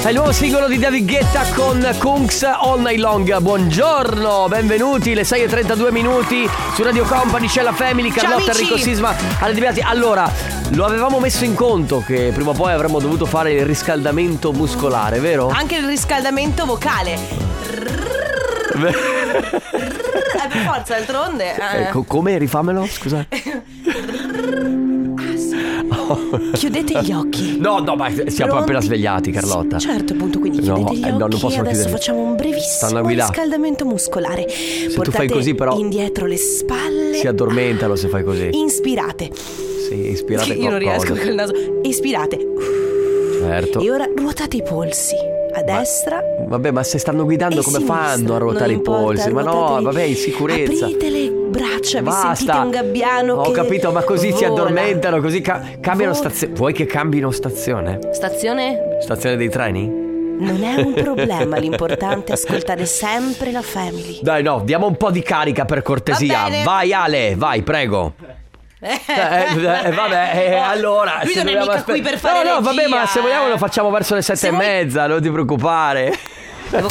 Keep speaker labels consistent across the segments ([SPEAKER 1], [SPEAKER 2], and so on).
[SPEAKER 1] È il nuovo singolo di David Guetta con Kunks All Night Long. Buongiorno, benvenuti, le 6.32 minuti su Radio Company, c'è la Family, Carlotta,
[SPEAKER 2] amici.
[SPEAKER 1] Enrico Sisma, Ale Di Biasi. Allora, lo avevamo messo in conto che prima o poi avremmo dovuto fare il riscaldamento muscolare, vero?
[SPEAKER 2] Anche il riscaldamento vocale. Eh, per forza, d'altronde. eh. Ah,
[SPEAKER 1] Ecco, come? Rifamelo, scusa.
[SPEAKER 2] Chiudete gli occhi.
[SPEAKER 1] No, no, ma siamo
[SPEAKER 2] Pronti?
[SPEAKER 1] appena svegliati, Carlotta.
[SPEAKER 2] Sì, Certo, appunto, quindi
[SPEAKER 1] No,
[SPEAKER 2] chiudete gli
[SPEAKER 1] eh,
[SPEAKER 2] occhi
[SPEAKER 1] no, non possono
[SPEAKER 2] e adesso
[SPEAKER 1] chiudere.
[SPEAKER 2] facciamo un
[SPEAKER 1] Stanno a
[SPEAKER 2] brevissimo
[SPEAKER 1] guidare.
[SPEAKER 2] riscaldamento muscolare. Portate
[SPEAKER 1] tu fai così, però,
[SPEAKER 2] indietro le spalle.
[SPEAKER 1] Si addormentano se fai così.
[SPEAKER 2] Inspirate.
[SPEAKER 1] Sì, ispirate
[SPEAKER 2] Io non
[SPEAKER 1] qualcosa.
[SPEAKER 2] riesco col naso. Inspirate.
[SPEAKER 1] Certo.
[SPEAKER 2] E ora ruotate i polsi. A destra
[SPEAKER 1] Vabbè, ma se stanno guidando
[SPEAKER 2] e
[SPEAKER 1] come
[SPEAKER 2] sinistra.
[SPEAKER 1] fanno a ruotare
[SPEAKER 2] Eh Non
[SPEAKER 1] i
[SPEAKER 2] importa,
[SPEAKER 1] polsi? Ma no,
[SPEAKER 2] ruotateli.
[SPEAKER 1] vabbè, in sicurezza.
[SPEAKER 2] Aprite le braccia,
[SPEAKER 1] Basta.
[SPEAKER 2] vi sentite un gabbiano
[SPEAKER 1] Ho
[SPEAKER 2] che
[SPEAKER 1] capito, ma così si
[SPEAKER 2] vola.
[SPEAKER 1] addormentano, così ca- cambiano
[SPEAKER 2] Vola.
[SPEAKER 1] stazione. Vuoi che cambino stazione?
[SPEAKER 2] Stazione?
[SPEAKER 1] Stazione dei treni?
[SPEAKER 2] Non è un problema, l'importante è ascoltare sempre la family.
[SPEAKER 1] Dai, no, diamo un po' di carica per cortesia.
[SPEAKER 2] Va bene.
[SPEAKER 1] Vai Ale, vai, prego. Eh, eh, vabbè, eh,
[SPEAKER 2] Oh,
[SPEAKER 1] allora.
[SPEAKER 2] Lui
[SPEAKER 1] se
[SPEAKER 2] non è
[SPEAKER 1] dobbiamo
[SPEAKER 2] mica
[SPEAKER 1] aspe-
[SPEAKER 2] qui per fare
[SPEAKER 1] No, no,
[SPEAKER 2] regia,
[SPEAKER 1] vabbè, ma se vogliamo
[SPEAKER 2] eh.
[SPEAKER 1] lo facciamo verso le sette
[SPEAKER 2] Se
[SPEAKER 1] e
[SPEAKER 2] vuoi-
[SPEAKER 1] mezza, non ti preoccupare.
[SPEAKER 2] Devo-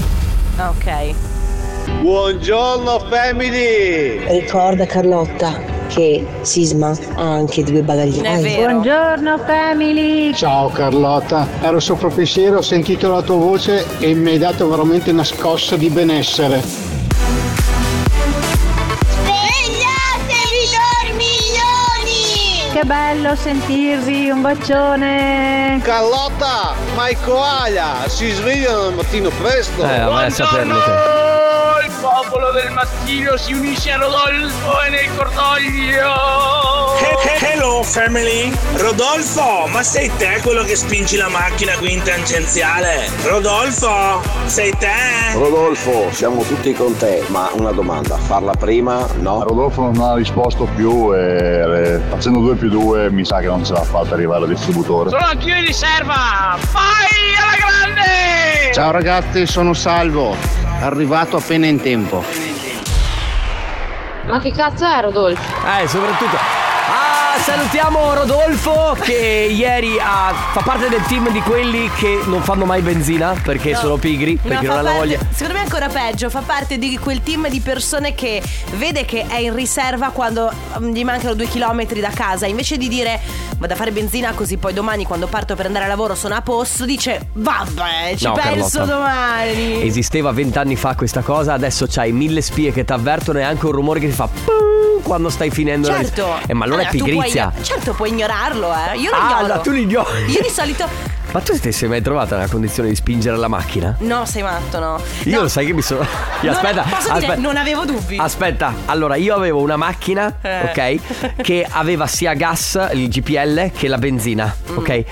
[SPEAKER 2] Ah, ok.
[SPEAKER 3] Buongiorno family!
[SPEAKER 4] Ricorda Carlotta che Sisma ha anche
[SPEAKER 2] Non
[SPEAKER 4] due
[SPEAKER 2] è
[SPEAKER 4] bagagliai.
[SPEAKER 2] vero.
[SPEAKER 5] Buongiorno family!
[SPEAKER 6] Ciao Carlotta, ero sopra pensiero, ho sentito la tua voce e mi hai dato veramente una scossa di benessere.
[SPEAKER 7] Svegliatevi dormiglioni!
[SPEAKER 5] Che bello sentirvi, un bacione!
[SPEAKER 3] Carlotta, ma i koala si svegliano al mattino presto!
[SPEAKER 2] Oh,
[SPEAKER 1] Eh, vai a saperlo. te.
[SPEAKER 8] Il popolo del mattino si unisce a Rodolfo e nel cordoglio!
[SPEAKER 9] Hello family! Rodolfo, ma sei te quello che spingi la macchina qui in tangenziale? Rodolfo, sei te?
[SPEAKER 10] Rodolfo, siamo tutti con te, ma una domanda, farla prima? No?
[SPEAKER 6] Rodolfo non ha risposto più e eh, facendo 2 più 2 mi sa che non ce l'ha fatta arrivare al distributore.
[SPEAKER 8] Sono anch'io in riserva! Vai alla grande!
[SPEAKER 6] Ciao ragazzi, sono Salvo, arrivato appena in tempo.
[SPEAKER 5] Ma che cazzo è Rodolfo?
[SPEAKER 1] Eh, soprattutto. Ah, salutiamo Rodolfo che ieri ha- fa parte del team di quelli che non fanno mai benzina perché
[SPEAKER 2] No.
[SPEAKER 1] sono pigri,
[SPEAKER 2] No,
[SPEAKER 1] perché
[SPEAKER 2] fa
[SPEAKER 1] non hanno
[SPEAKER 2] parte-
[SPEAKER 1] voglia.
[SPEAKER 2] Secondo me è ancora peggio, fa parte di quel team di persone che vede che è in riserva quando mm, gli mancano due chilometri da casa. Invece di dire vado a fare benzina così poi domani quando parto per andare a lavoro sono a posto, dice vabbè ci
[SPEAKER 1] No,
[SPEAKER 2] penso
[SPEAKER 1] Carlotta.
[SPEAKER 2] domani.
[SPEAKER 1] Esisteva vent'anni fa questa cosa, adesso c'hai mille spie che ti avvertono e anche un rumore che ti fa pum quando stai finendo. la-
[SPEAKER 2] Certo.
[SPEAKER 1] Eh, ma allora è
[SPEAKER 2] tu puoi-
[SPEAKER 1] pigrizia.
[SPEAKER 2] certo, puoi ignorarlo, eh. Io lo
[SPEAKER 1] Ah,
[SPEAKER 2] ignoro.
[SPEAKER 1] allora tu li ignori.
[SPEAKER 2] Io di solito.
[SPEAKER 1] Ma tu ti sei mai trovata nella condizione di spingere la macchina?
[SPEAKER 2] No, sei matto, no.
[SPEAKER 1] Io
[SPEAKER 2] No.
[SPEAKER 1] lo sai che mi sono. Io
[SPEAKER 2] Non-
[SPEAKER 1] aspetta,
[SPEAKER 2] posso
[SPEAKER 1] aspetta.
[SPEAKER 2] dire, non avevo dubbi.
[SPEAKER 1] Aspetta, allora io avevo una macchina,
[SPEAKER 2] Eh.
[SPEAKER 1] ok, che aveva sia gas, il GPL, che la benzina,
[SPEAKER 2] Mm.
[SPEAKER 1] ok?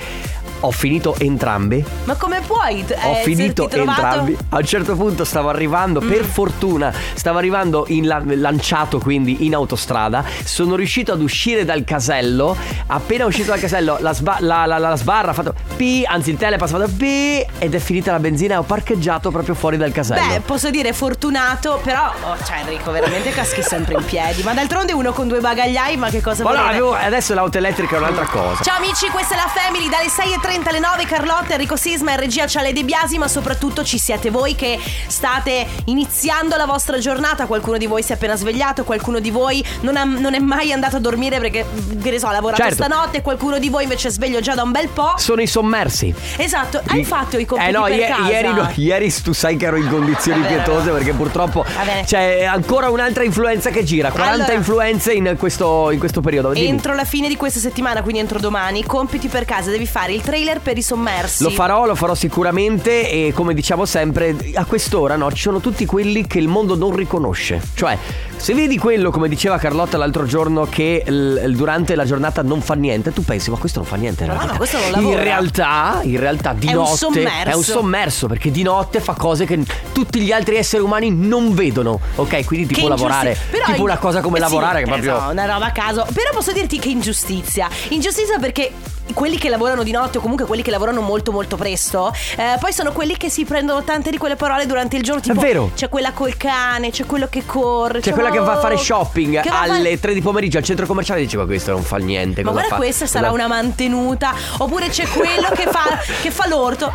[SPEAKER 1] Ho finito entrambe,
[SPEAKER 2] Ma come puoi? eh,
[SPEAKER 1] ho
[SPEAKER 2] esserti
[SPEAKER 1] finito
[SPEAKER 2] trovato- Mm.
[SPEAKER 1] entrambi. A un certo punto stavo arrivando, per fortuna, stavo arrivando in la- lanciato quindi in autostrada. Sono riuscito ad uscire dal casello. Appena uscito dal casello, la, sba- la- la- la- la sbarra ha fatto P, anzi il tele è passato P ed è finita la benzina e ho parcheggiato proprio fuori dal casello.
[SPEAKER 2] Beh, posso dire fortunato, però. oh, cioè, Enrico, veramente caschi sempre in piedi. Ma d'altronde uno con due bagagliai, ma che cosa
[SPEAKER 1] Ma
[SPEAKER 2] vuol
[SPEAKER 1] no,
[SPEAKER 2] dire?
[SPEAKER 1] avevo- adesso l'auto elettrica è un'altra cosa.
[SPEAKER 2] Ciao amici, questa è la Family dalle 6.30 alle 9 Carlotta, Enrico Sisma e regia Ciale De Biasi ma soprattutto ci siete voi che state iniziando la vostra giornata qualcuno di voi si è appena svegliato qualcuno di voi non, ha- non è mai andato a dormire perché che ne so ha lavorato
[SPEAKER 1] Certo.
[SPEAKER 2] stanotte qualcuno di voi invece è sveglio già da un bel po'
[SPEAKER 1] Sono i sommersi.
[SPEAKER 2] Esatto, hai fatto i compiti
[SPEAKER 1] Eh no,
[SPEAKER 2] per
[SPEAKER 1] ie-
[SPEAKER 2] casa
[SPEAKER 1] ieri, no, ieri tu sai che ero in condizioni
[SPEAKER 2] Vabbè,
[SPEAKER 1] pietose
[SPEAKER 2] vabbè.
[SPEAKER 1] perché purtroppo
[SPEAKER 2] Vabbè.
[SPEAKER 1] c'è ancora un'altra influenza che gira. 40
[SPEAKER 2] Allora.
[SPEAKER 1] influenze in questo, in questo periodo. Dimmi.
[SPEAKER 2] Entro la fine di questa settimana, quindi entro domani, compiti per casa, devi fare il trailer per i sommersi.
[SPEAKER 1] Lo farò, lo farò sicuramente e come diciamo sempre, a quest'ora no, ci sono tutti quelli che il mondo non riconosce. Cioè, se vedi quello, come diceva Carlotta l'altro giorno, che l- durante la giornata non fa niente, tu pensi, ma questo non fa niente. in
[SPEAKER 2] Ma no,
[SPEAKER 1] realtà."
[SPEAKER 2] ma questo non
[SPEAKER 1] In
[SPEAKER 2] lavora.
[SPEAKER 1] realtà, in realtà di
[SPEAKER 2] È un
[SPEAKER 1] notte
[SPEAKER 2] sommerso.
[SPEAKER 1] è un sommerso perché di notte fa cose che tutti gli altri esseri umani non vedono. Ok, quindi tipo
[SPEAKER 2] Che
[SPEAKER 1] lavorare.
[SPEAKER 2] ingiusti- però
[SPEAKER 1] tipo
[SPEAKER 2] in-
[SPEAKER 1] una cosa come
[SPEAKER 2] Sì,
[SPEAKER 1] lavorare che
[SPEAKER 2] eh,
[SPEAKER 1] proprio...
[SPEAKER 2] no, una roba a caso. Però posso dirti che ingiustizia. Ingiustizia perché quelli che lavorano di notte o comunque quelli che lavorano molto molto presto, eh, poi sono quelli che si prendono tante di quelle parole durante il giorno. Tipo,
[SPEAKER 1] vero.
[SPEAKER 2] C'è quella col cane, c'è quello che corre,
[SPEAKER 1] C'è
[SPEAKER 2] c'è,
[SPEAKER 1] quella cioè, quella che va a fare shopping
[SPEAKER 2] Che va a fare-
[SPEAKER 1] alle 3 di pomeriggio al centro commerciale dice ma questo non fa niente.
[SPEAKER 2] Ma
[SPEAKER 1] cosa
[SPEAKER 2] guarda
[SPEAKER 1] fa?"
[SPEAKER 2] questa sarà una mantenuta Oppure c'è quello che fa, che fa l'orto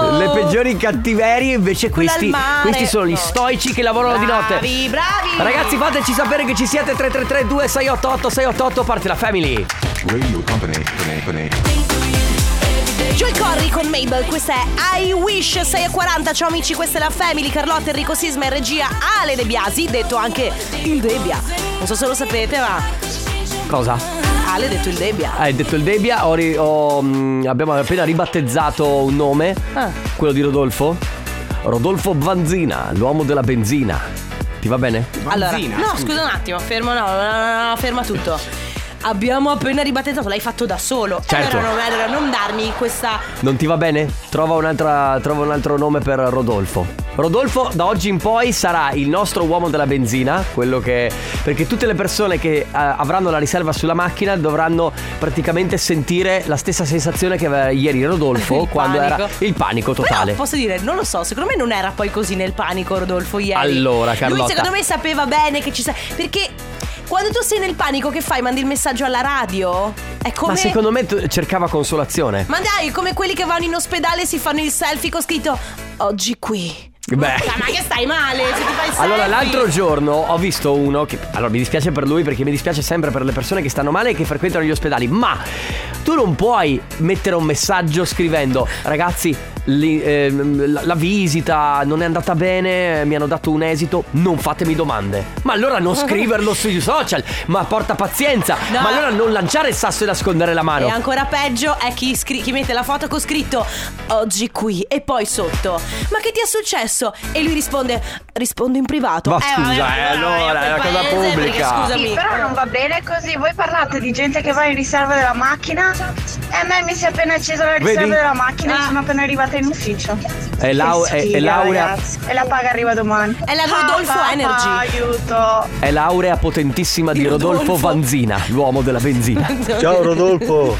[SPEAKER 2] Oh!
[SPEAKER 1] Le peggiori cattiverie invece
[SPEAKER 2] Quella
[SPEAKER 1] questi,
[SPEAKER 2] al mare.
[SPEAKER 1] questi sono gli
[SPEAKER 2] No.
[SPEAKER 1] stoici che lavorano di notte.
[SPEAKER 2] Bravi, bravi
[SPEAKER 1] Ragazzi fateci sapere che ci siete 333 2688 688 parte la family.
[SPEAKER 2] Joy Corri con Mabel, questa è I Wish 6 e 40. Ciao amici, questa è la Family, Carlotta, Enrico Sisma e regia Ale De Biasi, detto anche il Debbia. Non so se lo sapete, ma
[SPEAKER 1] Cosa?
[SPEAKER 2] Ale ha detto il Debbia.
[SPEAKER 1] Hai detto il Debbia, ho ri- ho, mm, abbiamo appena ribattezzato un nome,
[SPEAKER 2] Ah.
[SPEAKER 1] quello di Rodolfo. Rodolfo Vanzina, l'uomo della benzina. Ti va bene?
[SPEAKER 2] Allora, no, scusa un attimo, fermo no, no, no, no, no, ferma tutto. Abbiamo appena ribattezzato, l'hai fatto da solo. E
[SPEAKER 1] Certo.
[SPEAKER 2] Allora, non, allora non darmi questa
[SPEAKER 1] Non ti va bene? Trova, un'altra- trova un altro nome per Rodolfo. Rodolfo da oggi in poi sarà il nostro uomo della benzina, quello che... perché tutte le persone che eh, avranno la riserva sulla macchina dovranno praticamente sentire la stessa sensazione che aveva ieri Rodolfo
[SPEAKER 2] Il
[SPEAKER 1] quando era
[SPEAKER 2] panico.
[SPEAKER 1] il panico
[SPEAKER 2] Però
[SPEAKER 1] totale.
[SPEAKER 2] posso dire, non lo so, secondo me non era poi così nel panico Rodolfo ieri.
[SPEAKER 1] Allora, Carlotta.
[SPEAKER 2] Lui secondo me sapeva bene che ci sa perché quando tu sei nel panico che fai? Mandi il messaggio alla radio? È come
[SPEAKER 1] Ma secondo me t- cercava consolazione.
[SPEAKER 2] Ma dai, come quelli che vanno in ospedale e si fanno il selfie con scritto oggi qui.
[SPEAKER 1] Beh.
[SPEAKER 2] Ma, ma che stai male? Se ti fai il
[SPEAKER 1] Allora,
[SPEAKER 2] selfie.
[SPEAKER 1] l'altro giorno ho visto uno che. Allora, mi dispiace per lui perché mi dispiace sempre per le persone che stanno male e che frequentano gli ospedali. Ma tu non puoi mettere un messaggio scrivendo, ragazzi, li- ehm, la, la visita non è andata bene, mi hanno dato un esito, non fatemi domande. Ma allora non scriverlo sui social, ma porta pazienza.
[SPEAKER 2] No.
[SPEAKER 1] Ma allora non lanciare il sasso e nascondere la
[SPEAKER 2] E
[SPEAKER 1] mano.
[SPEAKER 2] ancora peggio è chi, scri- chi mette la foto con scritto oggi qui e poi sotto. Ma che ti è successo? E lui risponde: Rispondo in privato.
[SPEAKER 1] Ma
[SPEAKER 2] Eh, vabbè,
[SPEAKER 1] scusa, eh,
[SPEAKER 2] vabbè,
[SPEAKER 1] allora,
[SPEAKER 2] vabbè,
[SPEAKER 1] è una cosa
[SPEAKER 2] paese,
[SPEAKER 1] pubblica.
[SPEAKER 2] perché, Scusami.
[SPEAKER 5] Però non va bene così, voi parlate di gente che va in riserva della macchina e a me mi si è appena accesa la riserva
[SPEAKER 1] Vedi?
[SPEAKER 5] della macchina
[SPEAKER 2] Ah.
[SPEAKER 5] e sono appena arrivata in ufficio.
[SPEAKER 1] È Lau-
[SPEAKER 5] Che
[SPEAKER 1] è- è
[SPEAKER 5] sfiga,
[SPEAKER 1] Laura-
[SPEAKER 5] ragazzi. E la paga arriva domani.
[SPEAKER 2] È la Rodolfo
[SPEAKER 5] papà,
[SPEAKER 2] Energy.
[SPEAKER 5] Aiuto.
[SPEAKER 1] È laurea potentissima di,
[SPEAKER 2] Di
[SPEAKER 1] Rodolfo,
[SPEAKER 2] Rodolfo.
[SPEAKER 1] Vanzina, l'uomo della benzina. Eh,
[SPEAKER 3] Ciao Rodolfo, Oh,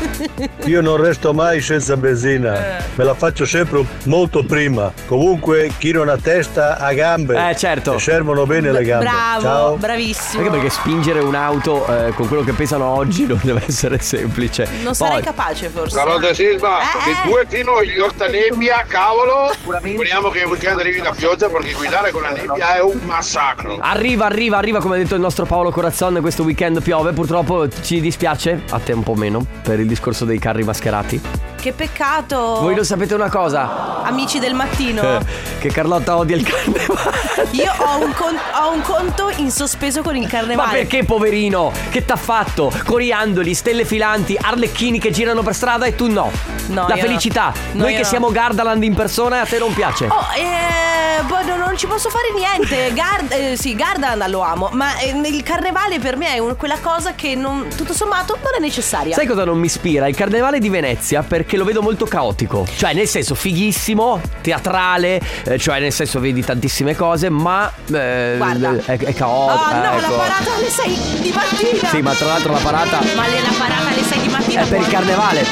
[SPEAKER 3] io non resto mai senza
[SPEAKER 2] Eh.
[SPEAKER 3] benzina, me la faccio sempre molto prima. Comunque chi non ha testa ha gambe.
[SPEAKER 1] Eh, certo.
[SPEAKER 3] E servono bene le gambe.
[SPEAKER 2] Bravo,
[SPEAKER 3] Ciao.
[SPEAKER 2] bravissimo.
[SPEAKER 1] Anche perché spingere un'auto eh, con quello che pesano oggi non deve essere semplice.
[SPEAKER 2] Non sarei capace forse.
[SPEAKER 8] Carota Silva,
[SPEAKER 2] Eh, eh.
[SPEAKER 8] il 2 fino agli 8 nebbia, cavolo. Speriamo che il weekend arrivi la pioggia perché guidare con la nebbia è un massacro.
[SPEAKER 1] Arriva, arriva, arriva, come ha detto il nostro Paolo Corazzon, questo weekend piove, purtroppo ci dispiace, a te un po' meno, per il discorso dei carri mascherati.
[SPEAKER 2] Che peccato.
[SPEAKER 1] Voi lo sapete una cosa,
[SPEAKER 2] Amici del mattino.
[SPEAKER 1] Eh, che Carlotta odia il carnevale.
[SPEAKER 2] Io ho un, con- ho un conto in sospeso con il
[SPEAKER 1] Ma
[SPEAKER 2] carnevale.
[SPEAKER 1] perché poverino? Che t'ha fatto? Coriandoli, stelle filanti, arlecchini che girano per strada e tu no.
[SPEAKER 2] No,
[SPEAKER 1] La
[SPEAKER 2] io no.
[SPEAKER 1] felicità.
[SPEAKER 2] No,
[SPEAKER 1] Noi
[SPEAKER 2] io
[SPEAKER 1] che
[SPEAKER 2] no.
[SPEAKER 1] siamo Gardaland in persona a te non piace.
[SPEAKER 2] Oh, eh, boh, no, non ci posso fare niente. Gard- eh, sì, Gardaland lo amo, ma eh, il carnevale per me è un- quella cosa che non- tutto sommato non è necessaria.
[SPEAKER 1] Sai cosa non mi ispira? Il carnevale di Venezia perché lo vedo molto caotico. Cioè, nel senso, fighissimo, teatrale, eh, cioè nel senso vedi tantissime cose, ma eh,
[SPEAKER 2] Guarda.
[SPEAKER 1] è, è
[SPEAKER 2] oh,
[SPEAKER 1] caotico.
[SPEAKER 2] no,
[SPEAKER 1] ecco.
[SPEAKER 2] la parata alle 6 di mattina.
[SPEAKER 1] Sì, ma tra l'altro la parata
[SPEAKER 2] Ma le- la parata alle 6 di mattina
[SPEAKER 1] è per il
[SPEAKER 2] buona.
[SPEAKER 1] carnevale.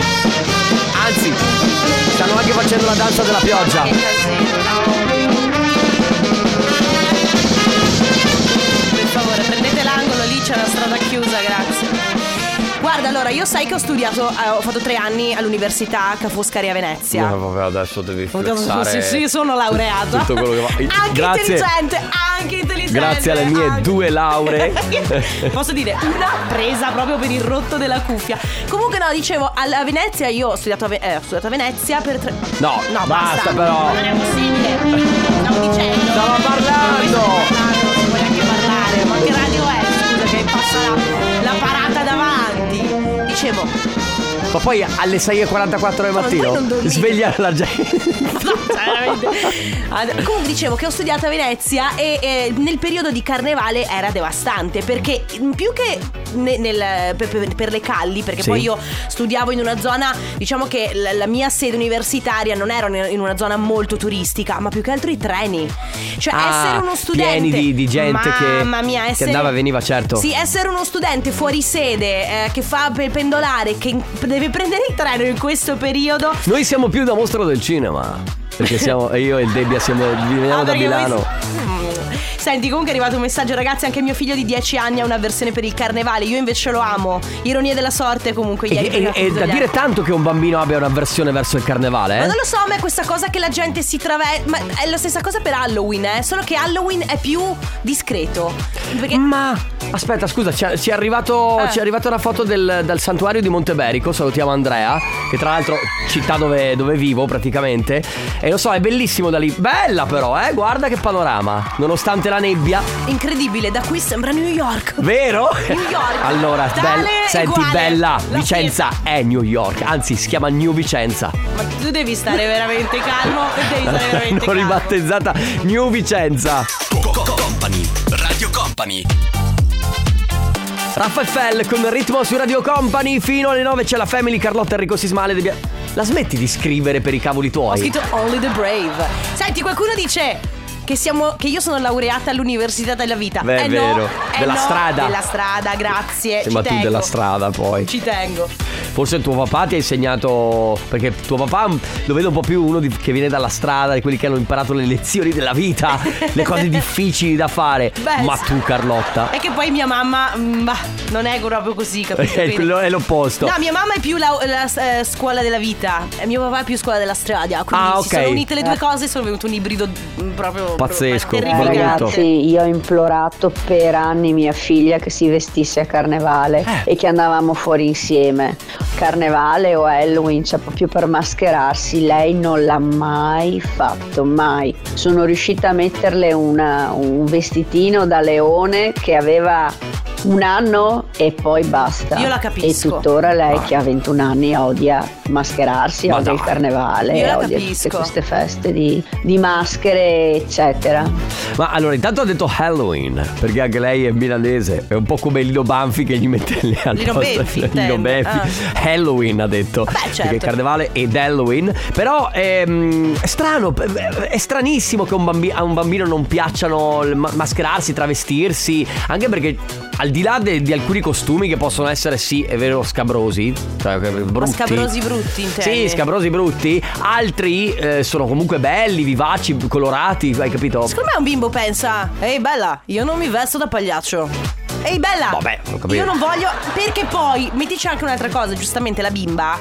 [SPEAKER 1] Anzi, stanno anche facendo la danza della pioggia.
[SPEAKER 2] Che casino. Per favore, prendete l'angolo, lì c'è la strada chiusa, grazie. Guarda, allora, io sai che ho studiato, eh, ho fatto tre anni all'università Ca' Foscari a Venezia.
[SPEAKER 1] Eh, vabbè, adesso devi
[SPEAKER 2] Sì, sì, sono laureata.
[SPEAKER 1] tutto quello che va-
[SPEAKER 2] anche
[SPEAKER 1] Grazie.
[SPEAKER 2] intelligente, anche intelligente.
[SPEAKER 1] Grazie alle mie
[SPEAKER 2] anche-
[SPEAKER 1] due lauree.
[SPEAKER 2] Posso dire, una presa proprio per il rotto della cuffia. Comunque, no, dicevo, alla Venezia io ho studiato a, Ve- eh, ho studiato a Venezia per tre.
[SPEAKER 1] No,
[SPEAKER 2] no,
[SPEAKER 1] basta,
[SPEAKER 2] basta.
[SPEAKER 1] però.
[SPEAKER 2] Non è possibile. Stavo dicendo.
[SPEAKER 1] Stavo parlando.
[SPEAKER 2] Non si può neanche parlare. Ma che radio è? Scusa, che passa la, la parata davanti. Dicevo,
[SPEAKER 1] Ma poi alle 6.44 del
[SPEAKER 2] Ma poi non
[SPEAKER 1] mattino
[SPEAKER 2] dormire.
[SPEAKER 1] svegliare la gente.
[SPEAKER 2] No, cioè, veramente. Ad- Comunque dicevo che ho studiato a Venezia e eh, nel periodo di carnevale era devastante perché in più che ne- nel- per, per- per le calli, perché
[SPEAKER 1] Sì.
[SPEAKER 2] poi io studiavo in una zona, diciamo che la, la mia sede universitaria non era in in una zona molto turistica, ma più che altro i treni. Cioè
[SPEAKER 1] Ah,
[SPEAKER 2] essere uno studente...
[SPEAKER 1] pieni di- di gente che-
[SPEAKER 2] Mamma mia,
[SPEAKER 1] che
[SPEAKER 2] essere...
[SPEAKER 1] andava e veniva, certo.
[SPEAKER 2] Sì, essere uno studente fuori sede eh, che fa pe- pendolare, che in- deve prendere il treno in questo periodo...
[SPEAKER 1] Noi siamo più da mostra del cinema. Perché siamo, io e il Debbia siamo, veniamo
[SPEAKER 2] Ah,
[SPEAKER 1] da
[SPEAKER 2] perché voi-
[SPEAKER 1] Milano.
[SPEAKER 2] Mm. Senti, comunque è arrivato un messaggio, ragazzi. Anche mio figlio di 10 anni ha una versione per il carnevale. Io invece lo amo. Ironia della sorte, comunque.
[SPEAKER 1] E,
[SPEAKER 2] Ieri
[SPEAKER 1] e-
[SPEAKER 2] prima
[SPEAKER 1] e da
[SPEAKER 2] degli
[SPEAKER 1] dire tanto che un bambino abbia un'avversione verso il carnevale,
[SPEAKER 2] Ma
[SPEAKER 1] eh?
[SPEAKER 2] non lo so, a me questa cosa che la gente si traveste. Ma è la stessa cosa per Halloween, eh? Solo che Halloween è più discreto. Perché.
[SPEAKER 1] Ma aspetta, scusa, ci è, ci è arrivato,
[SPEAKER 2] Eh.
[SPEAKER 1] ci è arrivata una foto del, dal santuario di Monteberico. Salutiamo Andrea, che tra l'altro città dove, dove vivo praticamente. E lo so, è bellissimo da lì. Bella però, eh? Guarda che panorama. Nonostante la nebbia,
[SPEAKER 2] Incredibile, da qui sembra New York.
[SPEAKER 1] vero?
[SPEAKER 2] New York.
[SPEAKER 1] allora,
[SPEAKER 2] Tale
[SPEAKER 1] bella- senti,
[SPEAKER 2] uguale.
[SPEAKER 1] bella.
[SPEAKER 2] La
[SPEAKER 1] Vicenza è New York. Anzi, si chiama New Vicenza.
[SPEAKER 2] Ma tu devi stare veramente calmo. Devi stare
[SPEAKER 1] L'hanno
[SPEAKER 2] veramente calmo.
[SPEAKER 1] ribattezzata New Vicenza.
[SPEAKER 11] Company, Radio Company.
[SPEAKER 1] Raffa FL con ritmo su Radio Company fino alle 9 c'è la Family Carlotta Enrico Sismale De Bia- La smetti di scrivere per i cavoli
[SPEAKER 2] Ho
[SPEAKER 1] tuoi?
[SPEAKER 2] scritto Only the Brave. Senti, qualcuno dice che, siamo, che io sono laureata all'Università della Vita.
[SPEAKER 1] Beh, è
[SPEAKER 2] eh no,
[SPEAKER 1] vero.
[SPEAKER 2] eh
[SPEAKER 1] Della
[SPEAKER 2] no,
[SPEAKER 1] strada.
[SPEAKER 2] Della strada, grazie.
[SPEAKER 1] Sembra
[SPEAKER 2] Ci
[SPEAKER 1] tu
[SPEAKER 2] tengo.
[SPEAKER 1] della strada poi.
[SPEAKER 2] Ci tengo.
[SPEAKER 1] Forse tuo papà ti ha insegnato perché tuo papà mm, lo vedo un po' più uno di- che viene dalla strada, di quelli che hanno imparato le lezioni della vita, le cose difficili da fare.
[SPEAKER 2] Beh,
[SPEAKER 1] Ma
[SPEAKER 2] sì.
[SPEAKER 1] tu Carlotta
[SPEAKER 2] È che poi mia mamma, mm, bah, non è proprio così, capito?
[SPEAKER 1] è,
[SPEAKER 2] Quindi-
[SPEAKER 1] quello- è l'opposto.
[SPEAKER 2] Eh, No, mia mamma è più la, la, eh, scuola della vita, e mio papà è più scuola della strada. Quindi
[SPEAKER 1] Ah,
[SPEAKER 2] si
[SPEAKER 1] ok.
[SPEAKER 2] sono unite le due cose e sono venuto un ibrido mm, proprio
[SPEAKER 1] Pazzesco,
[SPEAKER 2] proprio
[SPEAKER 12] Eh,
[SPEAKER 2] terrificante.
[SPEAKER 12] ragazzi, io ho implorato per anni mia figlia che si vestisse a carnevale
[SPEAKER 2] Eh.
[SPEAKER 12] e che andavamo fuori insieme. Carnevale o Halloween, cioè proprio per mascherarsi, lei non l'ha mai fatto, mai. Sono riuscita a metterle una- un vestitino da leone che aveva un anno e poi basta.
[SPEAKER 2] Io la capisco.
[SPEAKER 12] E tuttora lei che ha 21 anni odia mascherarsi,
[SPEAKER 2] Ah. Ma
[SPEAKER 12] odia
[SPEAKER 2] dai.
[SPEAKER 12] il carnevale,
[SPEAKER 2] Io la
[SPEAKER 12] odia tutte
[SPEAKER 2] capisco.
[SPEAKER 12] queste feste di- di maschere, eccetera.
[SPEAKER 1] Ma allora, intanto ha detto Halloween, perché anche lei è milanese. È un po' come Lino Banfi che gli mette le altre.
[SPEAKER 2] Lino Benfi,
[SPEAKER 1] Lino
[SPEAKER 2] intendo, Ah.
[SPEAKER 1] Benfi. Halloween ha detto.
[SPEAKER 2] certo.
[SPEAKER 1] Perché Carnevale ed Halloween. Però ehm, è strano, è stranissimo che un bambi- a un bambino non piacciono il ma- mascherarsi, travestirsi. Anche perché al di là de- di alcuni costumi che possono essere, sì, è vero, scabrosi. Cioè, brutti.
[SPEAKER 2] Scabrosi brutti, intendi?
[SPEAKER 1] Sì, scabrosi brutti. Altri eh, sono comunque belli, vivaci, colorati, hai capito?
[SPEAKER 2] Secondo me un bimbo pensa, ehi bella, io non mi vesto da pagliaccio. Ehi bella,
[SPEAKER 1] Vabbè, ho capito.
[SPEAKER 2] io non voglio, perché poi mettici anche un'altra cosa, giustamente la bimba,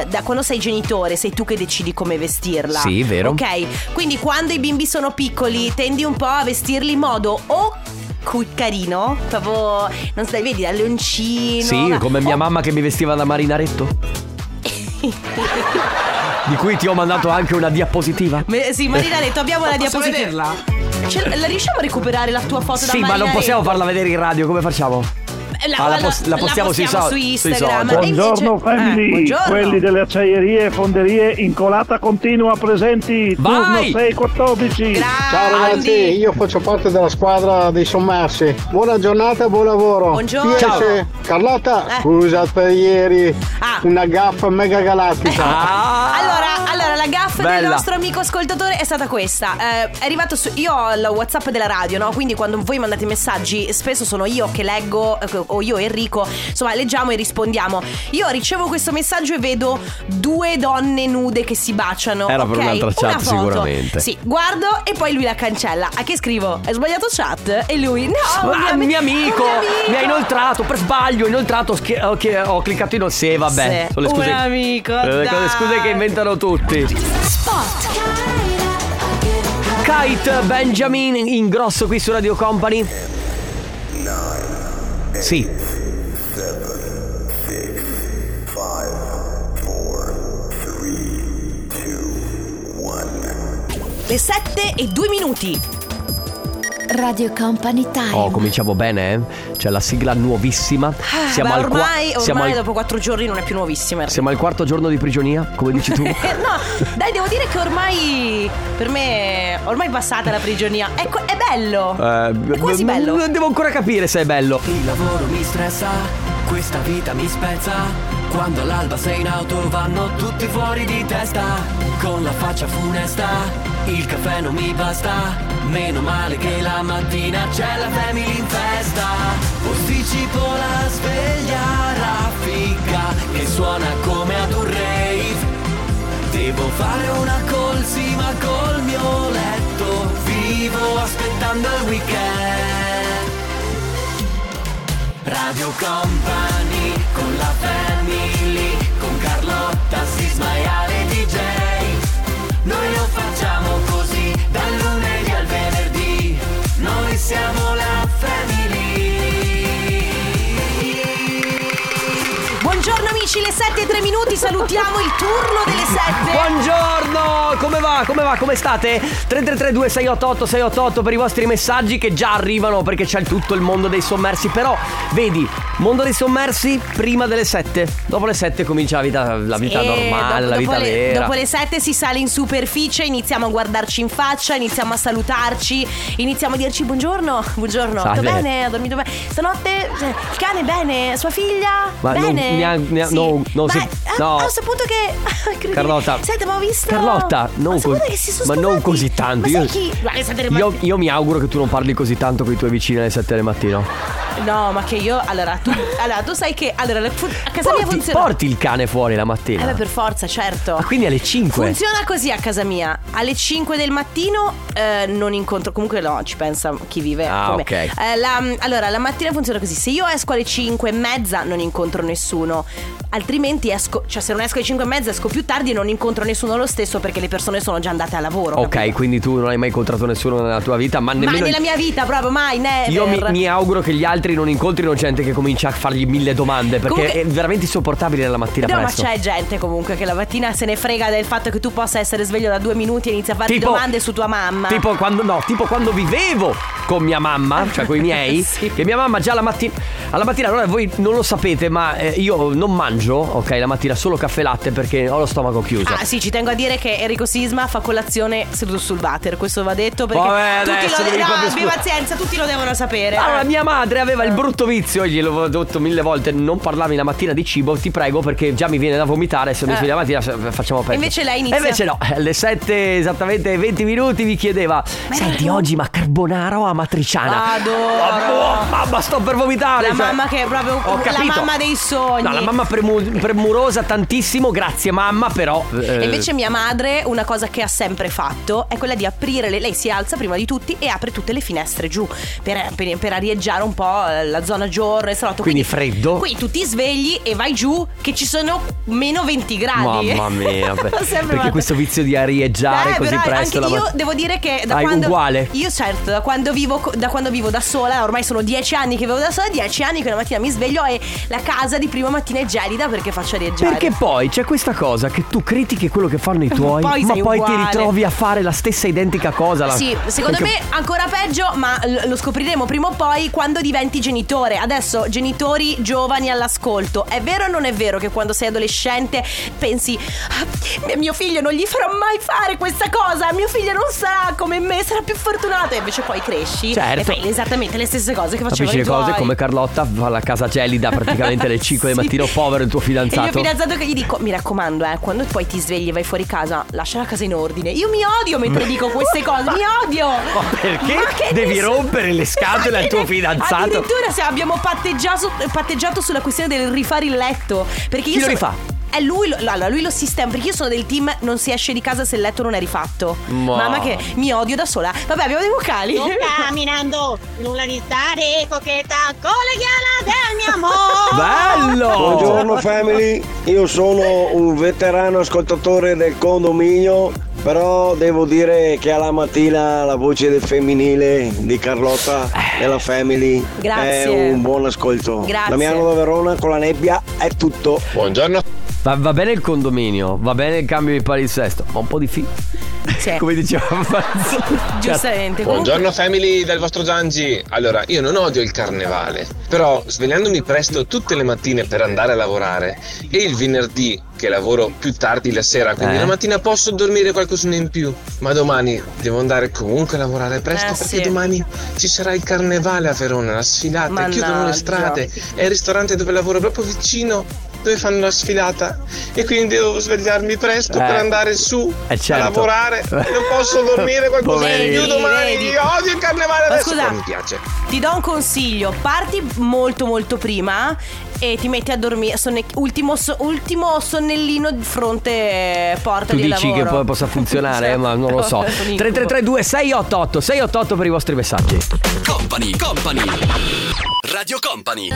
[SPEAKER 2] eh, da quando sei genitore sei tu che decidi come vestirla.
[SPEAKER 1] Sì, vero.
[SPEAKER 2] Ok, quindi quando i bimbi sono piccoli tendi un po' a vestirli in modo o cu- carino, proprio, non sai, vedi, da leoncino.
[SPEAKER 1] Sì,
[SPEAKER 2] da-
[SPEAKER 1] come mia
[SPEAKER 2] o-
[SPEAKER 1] mamma che mi vestiva da marinaretto. Di cui ti ho mandato anche una diapositiva.
[SPEAKER 2] Me- sì, Marina ha detto, abbiamo la diapositiva. Ce- la riusciamo a recuperare la tua foto da
[SPEAKER 1] Sì, ma non
[SPEAKER 2] Marina
[SPEAKER 1] possiamo farla vedere in radio, come facciamo?
[SPEAKER 2] Eh, La,
[SPEAKER 1] Ah,
[SPEAKER 2] la- la possiamo
[SPEAKER 1] so-
[SPEAKER 2] su Instagram.
[SPEAKER 1] social.
[SPEAKER 2] E
[SPEAKER 13] Buongiorno
[SPEAKER 2] invece-
[SPEAKER 13] family,
[SPEAKER 2] eh, buongiorno.
[SPEAKER 13] quelli delle acciaierie e fonderie in colata continua presenti, turno
[SPEAKER 6] Vai!
[SPEAKER 13] 614.
[SPEAKER 2] Ah,
[SPEAKER 6] Ciao ragazzi, io faccio parte della squadra dei sommersi. Buona giornata e buon lavoro.
[SPEAKER 2] Buongiorno.
[SPEAKER 6] PS,
[SPEAKER 2] Ciao. Eh. Ah.
[SPEAKER 6] Carlotta, scusa per ieri. Una gaffa mega galattica.
[SPEAKER 1] Ah!
[SPEAKER 2] Allora, allora, la gaffa del
[SPEAKER 6] Bella.
[SPEAKER 2] nostro amico ascoltatore è stata questa. Eh, è arrivato su. Io ho il WhatsApp della radio, no? Quindi quando voi mandate messaggi, spesso sono io che leggo, eh, o io e Enrico, insomma, leggiamo e rispondiamo. Io ricevo questo messaggio e vedo due donne nude che si baciano.
[SPEAKER 1] Era per
[SPEAKER 2] ok?
[SPEAKER 1] un'altra chat,
[SPEAKER 2] Una foto.
[SPEAKER 1] sicuramente.
[SPEAKER 2] Sì, guardo e poi lui la cancella. A che scrivo? Hai sbagliato chat? E lui, no,
[SPEAKER 1] Ah,
[SPEAKER 2] un
[SPEAKER 1] mio
[SPEAKER 2] ami-
[SPEAKER 1] amico
[SPEAKER 2] un mio
[SPEAKER 1] mi ha inoltrato per sbaglio. Inoltrato, schi- ho chi- ho cliccato in. Sì, vabbè.
[SPEAKER 2] Sì,
[SPEAKER 1] Sono le scuse.
[SPEAKER 2] un amico,
[SPEAKER 1] Eh, le
[SPEAKER 2] dai.
[SPEAKER 1] scuse che inventano tutti. Kite Benjamin in grosso qui su Radio Company. Sì.
[SPEAKER 2] Le 7 e 2 minuti.
[SPEAKER 14] Radio Company Time.
[SPEAKER 1] Oh, cominciamo bene, eh? C'è la sigla nuovissima.
[SPEAKER 2] Beh,
[SPEAKER 1] Ah, al qua-
[SPEAKER 2] Ah, ormai, ormai
[SPEAKER 1] siamo, al...
[SPEAKER 2] dopo quattro giorni non è più nuovissima. in
[SPEAKER 1] siamo al quarto giorno di prigionia, come dici tu.
[SPEAKER 2] realtà. no, dai, devo dire che ormai per me ormai è passata la prigionia. È, co- è bello.
[SPEAKER 1] è
[SPEAKER 2] quasi bello.
[SPEAKER 1] Eh, Devo ancora capire se è bello.
[SPEAKER 15] Il lavoro mi stressa, questa vita mi spezza. Quando all'alba sei in auto vanno tutti fuori di testa. Con la faccia funesta, il caffè non mi basta. Meno male che la mattina c'è la family in festa. Posticipo la sveglia raffica che suona come ad un rave. Devo fare una colsima col mio letto. Vivo aspettando. iniziando il weekend. Radio Company con la family, con Carlotta, Sisma e Ale DJ. Noi lo facciamo così, dal lunedì al venerdì. Noi siamo la family.
[SPEAKER 2] Buongiorno amici, le 7 e 3 minuti, salutiamo il turno delle 7.
[SPEAKER 1] Buongiorno, come va? Come va? Come state? 3332 688 688 per i vostri messaggi che già arrivano perché c'è il tutto il mondo dei sommersi. Però, vedi, mondo dei sommersi prima delle 7. Dopo le 7 comincia la vita, la vita
[SPEAKER 2] Eh,
[SPEAKER 1] normale,
[SPEAKER 2] dopo-
[SPEAKER 1] la vita
[SPEAKER 2] dopo le-
[SPEAKER 1] vera.
[SPEAKER 2] dopo le 7 si sale in superficie, iniziamo a guardarci in faccia, iniziamo a salutarci, iniziamo a dirci buongiorno, buongiorno,
[SPEAKER 1] Salve.
[SPEAKER 2] sto bene, ho dormito bene, stanotte cioè, il cane bene, sua figlia
[SPEAKER 1] Ma non-
[SPEAKER 2] bene.
[SPEAKER 1] neanche- neanche-
[SPEAKER 2] Sì.
[SPEAKER 1] no, no,
[SPEAKER 2] Ma,
[SPEAKER 1] sì,
[SPEAKER 2] eh,
[SPEAKER 1] no.
[SPEAKER 2] Ho saputo che... incredibile.
[SPEAKER 1] Carlotta.
[SPEAKER 2] Senti, ma ho visto...
[SPEAKER 1] Carlotta, non,
[SPEAKER 2] ho
[SPEAKER 1] co-
[SPEAKER 2] saputo che si sono
[SPEAKER 1] ma non così tanto.
[SPEAKER 2] Ma sai
[SPEAKER 1] io,
[SPEAKER 2] chi? Guarda, Sandra, ma-
[SPEAKER 1] io, io mi auguro che tu non parli così tanto con i tuoi vicini alle 7 del mattino.
[SPEAKER 2] No, ma che io... Allora, tu, allora, tu sai che... Allora, le fu- a casa mia
[SPEAKER 1] Porti,
[SPEAKER 2] funziona...
[SPEAKER 1] porti il cane fuori la mattina.
[SPEAKER 2] Eh beh, per forza, certo.
[SPEAKER 1] Ma quindi alle 5.
[SPEAKER 2] Funziona così a casa mia. Alle 5 del mattino eh, non incontro. Comunque no, ci pensa chi vive.
[SPEAKER 1] Ah,
[SPEAKER 2] come.
[SPEAKER 1] ok.
[SPEAKER 2] Eh, la- allora, la mattina funziona così. Se io esco alle 5 e mezza non incontro nessuno. Altrimenti esco. Cioè, se non esco alle 5 e mezza esco più tardi e non incontro nessuno lo stesso perché le persone sono già andate a lavoro.
[SPEAKER 1] ok, quindi tu non hai mai incontrato nessuno nella tua vita, ma
[SPEAKER 2] Ma
[SPEAKER 1] nemmeno.
[SPEAKER 2] nella mia vita, proprio mai, never.
[SPEAKER 1] io mi, mi auguro che gli altri non incontrino gente che comincia a fargli mille domande perché
[SPEAKER 2] Comunque-
[SPEAKER 1] è veramente insopportabile la mattina
[SPEAKER 2] No, ma
[SPEAKER 1] presto.
[SPEAKER 2] c'è gente comunque che la mattina se ne frega del fatto che tu possa essere sveglio da due minuti e inizia a farti
[SPEAKER 1] Tipo-
[SPEAKER 2] domande su tua mamma.
[SPEAKER 1] Tipo quando, no, tipo quando vivevo con mia mamma, cioè con i miei, che mia mamma già la mattina, alla mattina, allora voi non lo sapete, ma eh, io non mangio, ok, la mattina solo caffè e latte perché ho lo stomaco chiuso.
[SPEAKER 2] Ah sì, ci tengo a dire che Enrico Sisma fa colazione seduto sul water, questo va detto perché
[SPEAKER 1] Vabbè,
[SPEAKER 2] tutti
[SPEAKER 1] adesso
[SPEAKER 2] lo
[SPEAKER 1] devi
[SPEAKER 2] no,
[SPEAKER 1] proprio
[SPEAKER 2] abbi
[SPEAKER 1] scu-
[SPEAKER 2] pazienza, tutti lo devono sapere.
[SPEAKER 1] Allora, mia madre aveva il brutto vizio, io glielo avevo detto mille volte, non parlarmi la mattina di cibo, ti prego, perché già mi viene da vomitare, se mi
[SPEAKER 2] Eh.
[SPEAKER 1] sveglio la mattina se- facciamo peggio.
[SPEAKER 2] invece lei inizia.
[SPEAKER 1] E invece no, alle 7 esattamente 20 minuti mi chiedeva, senti oggi ma carbonara o amatriciana?
[SPEAKER 2] Adoro.
[SPEAKER 1] Oh, mamma, sto per vomitare!
[SPEAKER 2] La
[SPEAKER 1] cioè.
[SPEAKER 2] mamma che è proprio
[SPEAKER 1] Ho
[SPEAKER 2] la
[SPEAKER 1] capito.
[SPEAKER 2] mamma dei sogni.
[SPEAKER 1] No, la mamma premu- premurosa tantissimo, grazie mamma, però... eh,
[SPEAKER 2] E Invece mia madre, una cosa che ha sempre fatto è quella di aprire, le- lei si alza prima di tutti e apre tutte le finestre giù per, per- per arieggiare un po' la zona giorno e salotto.
[SPEAKER 1] Quindi freddo.
[SPEAKER 2] Qui tu ti svegli e vai giù che ci sono meno 20 gradi.
[SPEAKER 1] Mamma mia,
[SPEAKER 2] L'ho
[SPEAKER 1] beh,
[SPEAKER 2] sempre
[SPEAKER 1] perché
[SPEAKER 2] fatto.
[SPEAKER 1] questo vizio di arieggiare
[SPEAKER 2] Eh,
[SPEAKER 1] così
[SPEAKER 2] però
[SPEAKER 1] presto la
[SPEAKER 2] anche io
[SPEAKER 1] mattina-
[SPEAKER 2] devo dire che da
[SPEAKER 1] Dai,
[SPEAKER 2] quando
[SPEAKER 1] uguale.
[SPEAKER 2] io certo da quando vivo co- da quando vivo da sola ormai sono dieci anni che vivo da sola dieci anni che la mattina mi sveglio e la casa di prima mattina è gelida perché faccio arieggiare
[SPEAKER 1] Perché poi c'è questa cosa che tu critichi quello che fanno i tuoi,
[SPEAKER 2] Poi
[SPEAKER 1] ma
[SPEAKER 2] sei
[SPEAKER 1] poi ti
[SPEAKER 2] uguale.
[SPEAKER 1] ritrovi a fare la stessa identica cosa. la-
[SPEAKER 2] Sì, secondo
[SPEAKER 1] perché-
[SPEAKER 2] me ancora peggio, ma l- lo scopriremo prima o poi quando diventi genitore. Adesso, genitori giovani all'ascolto, è vero o non è vero che quando sei adolescente pensi "Ah, mio figlio non gli farò mai fare questa cosa, mio figlio non sarà come me, sarà più fortunato e invece poi cresci
[SPEAKER 1] Certo.
[SPEAKER 2] e fai esattamente le stesse cose che facevano
[SPEAKER 1] Capisci le
[SPEAKER 2] i tuoi.
[SPEAKER 1] cose come Carlotta fa la casa gelida praticamente alle 5 del
[SPEAKER 2] Sì.
[SPEAKER 1] mattino, povero il tuo
[SPEAKER 2] E il mio
[SPEAKER 1] fidanzato.
[SPEAKER 2] fidanzato che gli dico, mi raccomando, eh, quando poi ti svegli e vai fuori casa, lascia la casa in ordine. Io mi odio mentre dico queste cose, mi odio. Ma
[SPEAKER 1] perché
[SPEAKER 2] che
[SPEAKER 1] devi
[SPEAKER 2] ne so-
[SPEAKER 1] rompere le scatole
[SPEAKER 2] Ma
[SPEAKER 1] al
[SPEAKER 2] che
[SPEAKER 1] tuo
[SPEAKER 2] ne-
[SPEAKER 1] fidanzato?
[SPEAKER 2] Addirittura se abbiamo patteggiato, patteggiato sulla questione del rifare il letto. Perché
[SPEAKER 1] Chi
[SPEAKER 2] io
[SPEAKER 1] lo
[SPEAKER 2] sono-
[SPEAKER 1] rifà?
[SPEAKER 2] È lui, lo- allora lui lo sistema perché io sono del team non si esce di casa se il letto non è rifatto.
[SPEAKER 1] Ma-
[SPEAKER 2] Mamma che mi odio da sola. Vabbè, abbiamo dei vocali.
[SPEAKER 7] Sto camminando l'umanità di cochetta con le ghiala del mio amore.
[SPEAKER 1] Bello!
[SPEAKER 16] Oh.
[SPEAKER 10] Buongiorno family, io sono un veterano ascoltatore del condominio, però devo dire che alla mattina la voce del femminile di Carlotta della family
[SPEAKER 2] Grazie.
[SPEAKER 10] è un buon ascolto.
[SPEAKER 2] Grazie.
[SPEAKER 10] Damiano da Verona con la nebbia è tutto. Buongiorno.
[SPEAKER 1] Va, va bene il condominio, va bene il cambio di palinsesto, ma un po' di fi.
[SPEAKER 2] Sì.
[SPEAKER 1] Come diceva Fazio. Cioè,
[SPEAKER 2] Giustamente.
[SPEAKER 17] Buongiorno family del vostro Zangi. Allora, io non odio il carnevale, però svegliandomi presto tutte le mattine per andare a lavorare e il venerdì che lavoro più tardi la sera, quindi
[SPEAKER 1] Eh.
[SPEAKER 17] la mattina posso dormire qualcosina in più, ma domani devo andare comunque a lavorare presto
[SPEAKER 2] Eh,
[SPEAKER 17] perché
[SPEAKER 2] sì.
[SPEAKER 17] domani ci sarà il carnevale a Verona, la sfilata, chiudono
[SPEAKER 2] Mannaggia.
[SPEAKER 17] le
[SPEAKER 1] Oh,
[SPEAKER 17] strade, è il ristorante dove lavoro proprio vicino dove fanno la sfilata e quindi devo svegliarmi presto
[SPEAKER 1] Eh.
[SPEAKER 17] per andare su
[SPEAKER 1] Eh, certo.
[SPEAKER 17] a lavorare non posso dormire qualcosa di più
[SPEAKER 2] Poverino.
[SPEAKER 17] domani
[SPEAKER 2] Vedi,
[SPEAKER 17] io odio il carnevale
[SPEAKER 2] Ma
[SPEAKER 17] adesso
[SPEAKER 2] scusa.
[SPEAKER 17] mi piace
[SPEAKER 2] Ti do un consiglio, parti molto molto prima e ti metti a dormire. Sonne- ultimo, so- ultimo sonnellino di fronte eh, porta
[SPEAKER 1] Tu
[SPEAKER 2] di
[SPEAKER 1] dici
[SPEAKER 2] lavoro. Esatto.
[SPEAKER 1] che poi possa funzionare, eh, ma non lo so.
[SPEAKER 2] È un incubo.
[SPEAKER 1] 3332 688 688 per i vostri messaggi.
[SPEAKER 11] Company, company. Radio Company.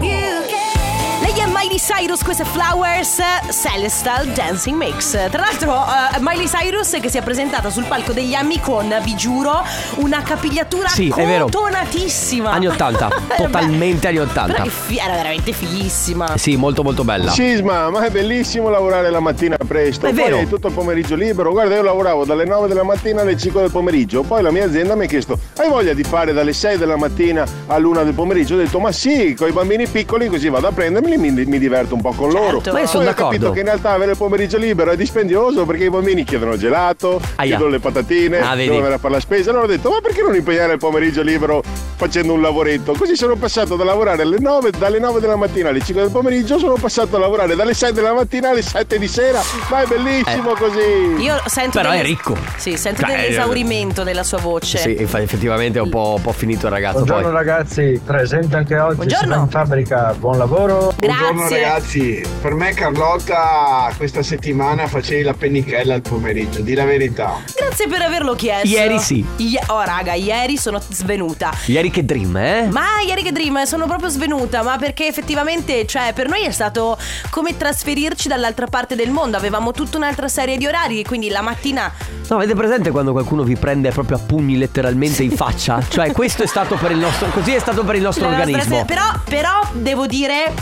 [SPEAKER 2] Lei è Miley Cyrus, questa è Flowers eh, Celestial Dancing Mix. Tra l'altro, eh, Miley Cyrus che si è presentata sul palco degli Emmy con, vi giuro, una capigliatura
[SPEAKER 1] Sì, è vero.
[SPEAKER 2] contonatissima.
[SPEAKER 1] Anni 80, totalmente anni 80.
[SPEAKER 2] Però che fi- era veramente fighissima.
[SPEAKER 1] Eh Sì, molto molto bella.
[SPEAKER 18] Sisma, ma è bellissimo lavorare la mattina presto.
[SPEAKER 1] È
[SPEAKER 18] poi
[SPEAKER 1] vero.
[SPEAKER 18] hai tutto il pomeriggio libero. Guarda, io lavoravo dalle 9 della mattina alle 5 del pomeriggio. Poi la mia azienda mi ha chiesto: hai voglia di fare dalle 6 della mattina all'una del pomeriggio? Ho detto: ma sì, con i bambini piccoli così vado a prendermeli e mi, mi diverto un po' con loro.
[SPEAKER 1] Ma io sono
[SPEAKER 18] poi certo. ho
[SPEAKER 1] d'accordo.
[SPEAKER 18] capito che in realtà avere il pomeriggio libero è dispendioso perché i bambini chiedono gelato,
[SPEAKER 1] Aia.
[SPEAKER 18] chiedono le patatine,
[SPEAKER 1] Ah, vedi.
[SPEAKER 18] devono andare a fare la spesa. Allora ho detto: ma perché non impegnare il pomeriggio libero facendo un lavoretto? Così sono passato da lavorare alle 9, dalle 9 della mattina alle 5 del pomeriggio, sono passato a lavorare dalle 6 della mattina alle 7 di sera. Ma è bellissimo
[SPEAKER 1] Eh.
[SPEAKER 18] così.
[SPEAKER 2] Io sento
[SPEAKER 1] Però
[SPEAKER 2] delle-
[SPEAKER 1] è ricco.
[SPEAKER 2] Sì, sento
[SPEAKER 1] Cioè,
[SPEAKER 2] dell'esaurimento della sua voce.
[SPEAKER 1] Sì, infatti, effettivamente è un po', un po' finito il ragazzo.
[SPEAKER 19] Buongiorno
[SPEAKER 1] poi.
[SPEAKER 19] ragazzi, presente anche oggi
[SPEAKER 2] Buongiorno.
[SPEAKER 19] sono in fabbrica, buon lavoro.
[SPEAKER 16] Buongiorno ragazzi, per me Carlotta questa settimana facevi la pennichella al pomeriggio, di la verità.
[SPEAKER 2] Grazie per averlo chiesto.
[SPEAKER 16] Ieri sì.
[SPEAKER 2] Ie- oh, raga, ieri sono svenuta.
[SPEAKER 1] Ieri che dream, eh?
[SPEAKER 2] Ma ieri che dream, sono proprio svenuta, ma perché effettivamente, cioè, per noi è stato come trasferirci dall'altra parte del mondo. Avevamo tutta un'altra serie di orari, quindi la mattina
[SPEAKER 1] No, avete presente quando qualcuno vi prende proprio a pugni letteralmente in faccia? Cioè, questo è stato per il nostro. Così è stato per il nostro
[SPEAKER 2] La nostra
[SPEAKER 1] organismo.
[SPEAKER 2] essere- Però, però devo dire,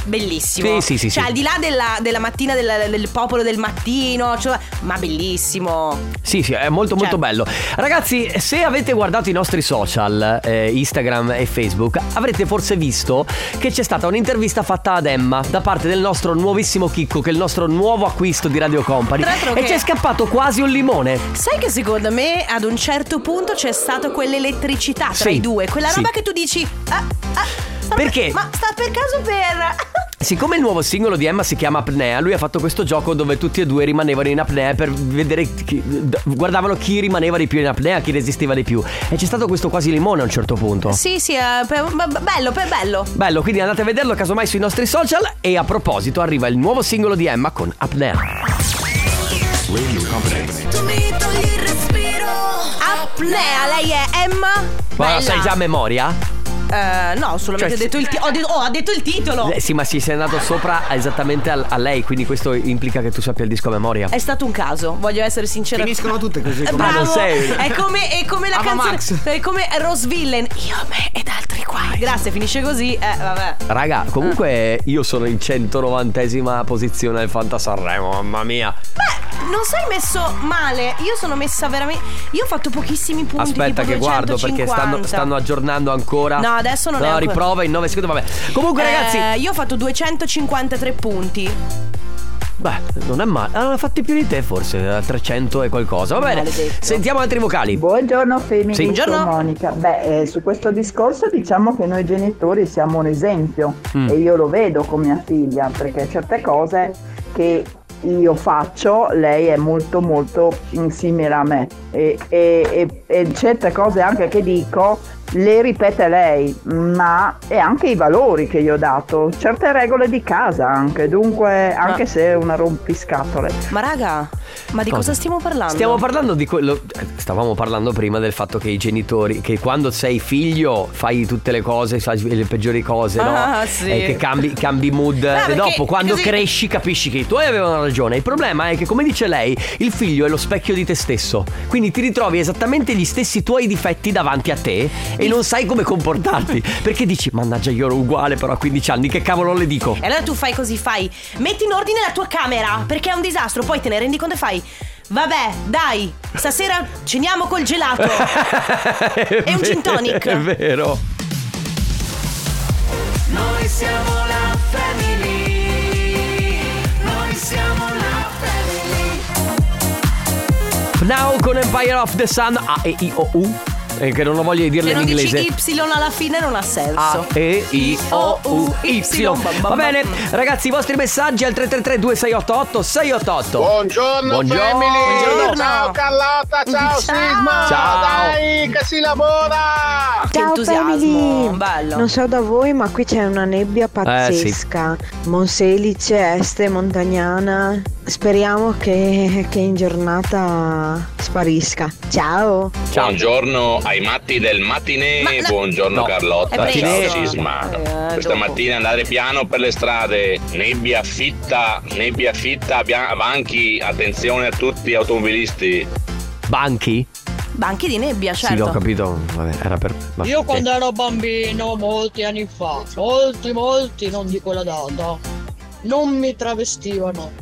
[SPEAKER 1] Sì,
[SPEAKER 2] bellissimo.
[SPEAKER 1] sì, sì,
[SPEAKER 2] Cioè,
[SPEAKER 1] sì.
[SPEAKER 2] al di là della, della mattina, del, del popolo del mattino, cioè, ma bellissimo.
[SPEAKER 1] Sì, sì, è molto molto
[SPEAKER 2] Cioè-
[SPEAKER 1] bello. Ragazzi, se avete guardato i nostri social, eh, Instagram e Facebook, avrete forse visto che c'è stata un'intervista fatta ad Emma da parte del nostro nuovissimo Chicco, che è il nostro nuovo acquisto di Radio Company.
[SPEAKER 2] Tra l'altro
[SPEAKER 1] E
[SPEAKER 2] che-
[SPEAKER 1] c'è scappato quasi un limone.
[SPEAKER 2] Sai che secondo me ad un certo punto c'è stata quell'elettricità tra
[SPEAKER 1] Sì,
[SPEAKER 2] i due, quella
[SPEAKER 1] sì.
[SPEAKER 2] roba che tu dici. "Ah, ah, sta-
[SPEAKER 1] Perché?
[SPEAKER 2] Ma sta per caso per.
[SPEAKER 1] Siccome il nuovo singolo di Emma si chiama Apnea, lui ha fatto questo gioco dove tutti e due rimanevano in apnea per vedere chi, d- guardavano chi rimaneva di più in apnea, chi resisteva di più. E c'è stato questo quasi limone a un certo punto.
[SPEAKER 2] Sì, sì, eh, per- ma- ma- bello, per bello.
[SPEAKER 1] Bello, quindi andate a vederlo casomai sui nostri social e a proposito arriva il nuovo singolo di Emma con Apnea.
[SPEAKER 2] Apnea, lei è Emma.
[SPEAKER 1] Ma
[SPEAKER 2] Bella.
[SPEAKER 1] la sai già a memoria?
[SPEAKER 2] Eh, no, solamente
[SPEAKER 1] Cioè,
[SPEAKER 2] ho detto il titolo. oh, ha detto il titolo.
[SPEAKER 1] Eh, sì, ma sì, sei andato sopra esattamente al- a, lei, quindi questo implica che tu sappia il disco a memoria.
[SPEAKER 2] È stato un caso, voglio essere sincera.
[SPEAKER 1] Finiscono tutte così,
[SPEAKER 2] Eh,
[SPEAKER 1] come-
[SPEAKER 2] Bravo.
[SPEAKER 1] Ah, non sei-
[SPEAKER 2] È come, è come la
[SPEAKER 1] Ava
[SPEAKER 2] canzone.
[SPEAKER 1] Max.
[SPEAKER 2] È come Rose Villain. Io, me ed altri qua. Grazie, finisce così. Eh, vabbè.
[SPEAKER 1] Raga, comunque io sono in 190esima posizione del Fanta Sanremo, mamma mia.
[SPEAKER 2] Non sei messo male. Io sono messa veramente. Io ho fatto pochissimi punti.
[SPEAKER 1] Aspetta
[SPEAKER 2] tipo
[SPEAKER 1] che guardo perché stanno,
[SPEAKER 2] 250.
[SPEAKER 1] stanno aggiornando ancora.
[SPEAKER 2] No, adesso non è
[SPEAKER 1] No,
[SPEAKER 2] ancora.
[SPEAKER 1] riprova in 9 secondi, vabbè. Comunque
[SPEAKER 2] Eh,
[SPEAKER 1] ragazzi,
[SPEAKER 2] Io ho fatto 253 punti.
[SPEAKER 1] beh, non è male. Ah, fatti più di te forse, da 300 e qualcosa. Va bene.
[SPEAKER 20] Maledetto.
[SPEAKER 1] Sentiamo altri vocali.
[SPEAKER 20] Buongiorno Femi,
[SPEAKER 1] Sì. Buongiorno.
[SPEAKER 20] sono Monica. Beh, eh, su questo discorso diciamo che noi genitori siamo un esempio
[SPEAKER 1] Mm.
[SPEAKER 20] e io lo vedo con mia figlia perché certe cose che io faccio lei è molto molto mm, simile a me e, e- e- e certe cose anche che dico le ripete lei ma e anche i valori che io ho dato certe regole di casa anche dunque anche se è una rompiscatole
[SPEAKER 2] ma raga ma di cosa stiamo parlando?
[SPEAKER 1] Stiamo parlando di quello. eh, Stavamo parlando prima del fatto che i genitori. Che quando sei figlio fai tutte le cose, fai le peggiori cose, no?
[SPEAKER 2] Ah, sì.
[SPEAKER 1] E che cambi, cambi mood.
[SPEAKER 2] perché
[SPEAKER 1] e dopo, quando
[SPEAKER 2] così-
[SPEAKER 1] cresci, capisci che i tuoi avevano ragione. Il problema è che, come dice lei, il figlio è lo specchio di te stesso. Quindi ti ritrovi esattamente gli stessi tuoi difetti davanti a te e non sai come comportarti. perché dici, mannaggia, io ero uguale, però a 15 anni, che cavolo le dico?
[SPEAKER 2] E allora tu fai così, fai. Metti in ordine la tua camera, perché è un disastro. Poi te ne rendi conto e fai. Vabbè, dai, stasera ceniamo col gelato.
[SPEAKER 1] è
[SPEAKER 2] un gin tonic.
[SPEAKER 1] È vero.
[SPEAKER 15] Noi siamo la family. Noi siamo la family.
[SPEAKER 1] Now con Empire of the Sun A E I O U eh, che non lo voglio dire
[SPEAKER 2] Se
[SPEAKER 1] in
[SPEAKER 2] non
[SPEAKER 1] inglese.
[SPEAKER 2] dici Y alla fine non ha senso.
[SPEAKER 1] A E I O U Y. Va bene, ragazzi, i vostri messaggi al 333 2688 688.
[SPEAKER 8] Buongiorno,
[SPEAKER 1] Buongiorno.
[SPEAKER 8] family.
[SPEAKER 1] Buongiorno.
[SPEAKER 8] Ciao Carlotta, ciao, Sisma.
[SPEAKER 1] Ciao.
[SPEAKER 8] Dai, che si lavora.
[SPEAKER 21] Ciao family.
[SPEAKER 2] bello.
[SPEAKER 21] Non so da voi ma qui c'è una
[SPEAKER 1] Eh,
[SPEAKER 21] nebbia pazzesca Monselice, Este, Montagnana Speriamo che, che in giornata sparisca Ciao
[SPEAKER 22] Buongiorno ai matti del matinee, buongiorno
[SPEAKER 21] è
[SPEAKER 22] Carlotta,
[SPEAKER 21] presto. Eh,
[SPEAKER 22] ciao Sisma. Questa mattina andare piano per le strade, nebbia fitta, nebbia fitta, bia- banchi, attenzione a tutti gli automobilisti.
[SPEAKER 1] Banchi?
[SPEAKER 2] Banchi di nebbia, certo.
[SPEAKER 1] Sì, l'ho capito. Vabbè, era per. vabbè.
[SPEAKER 23] Io quando ero bambino, molti anni fa, molti, molti, non di quella data, non mi travestivano.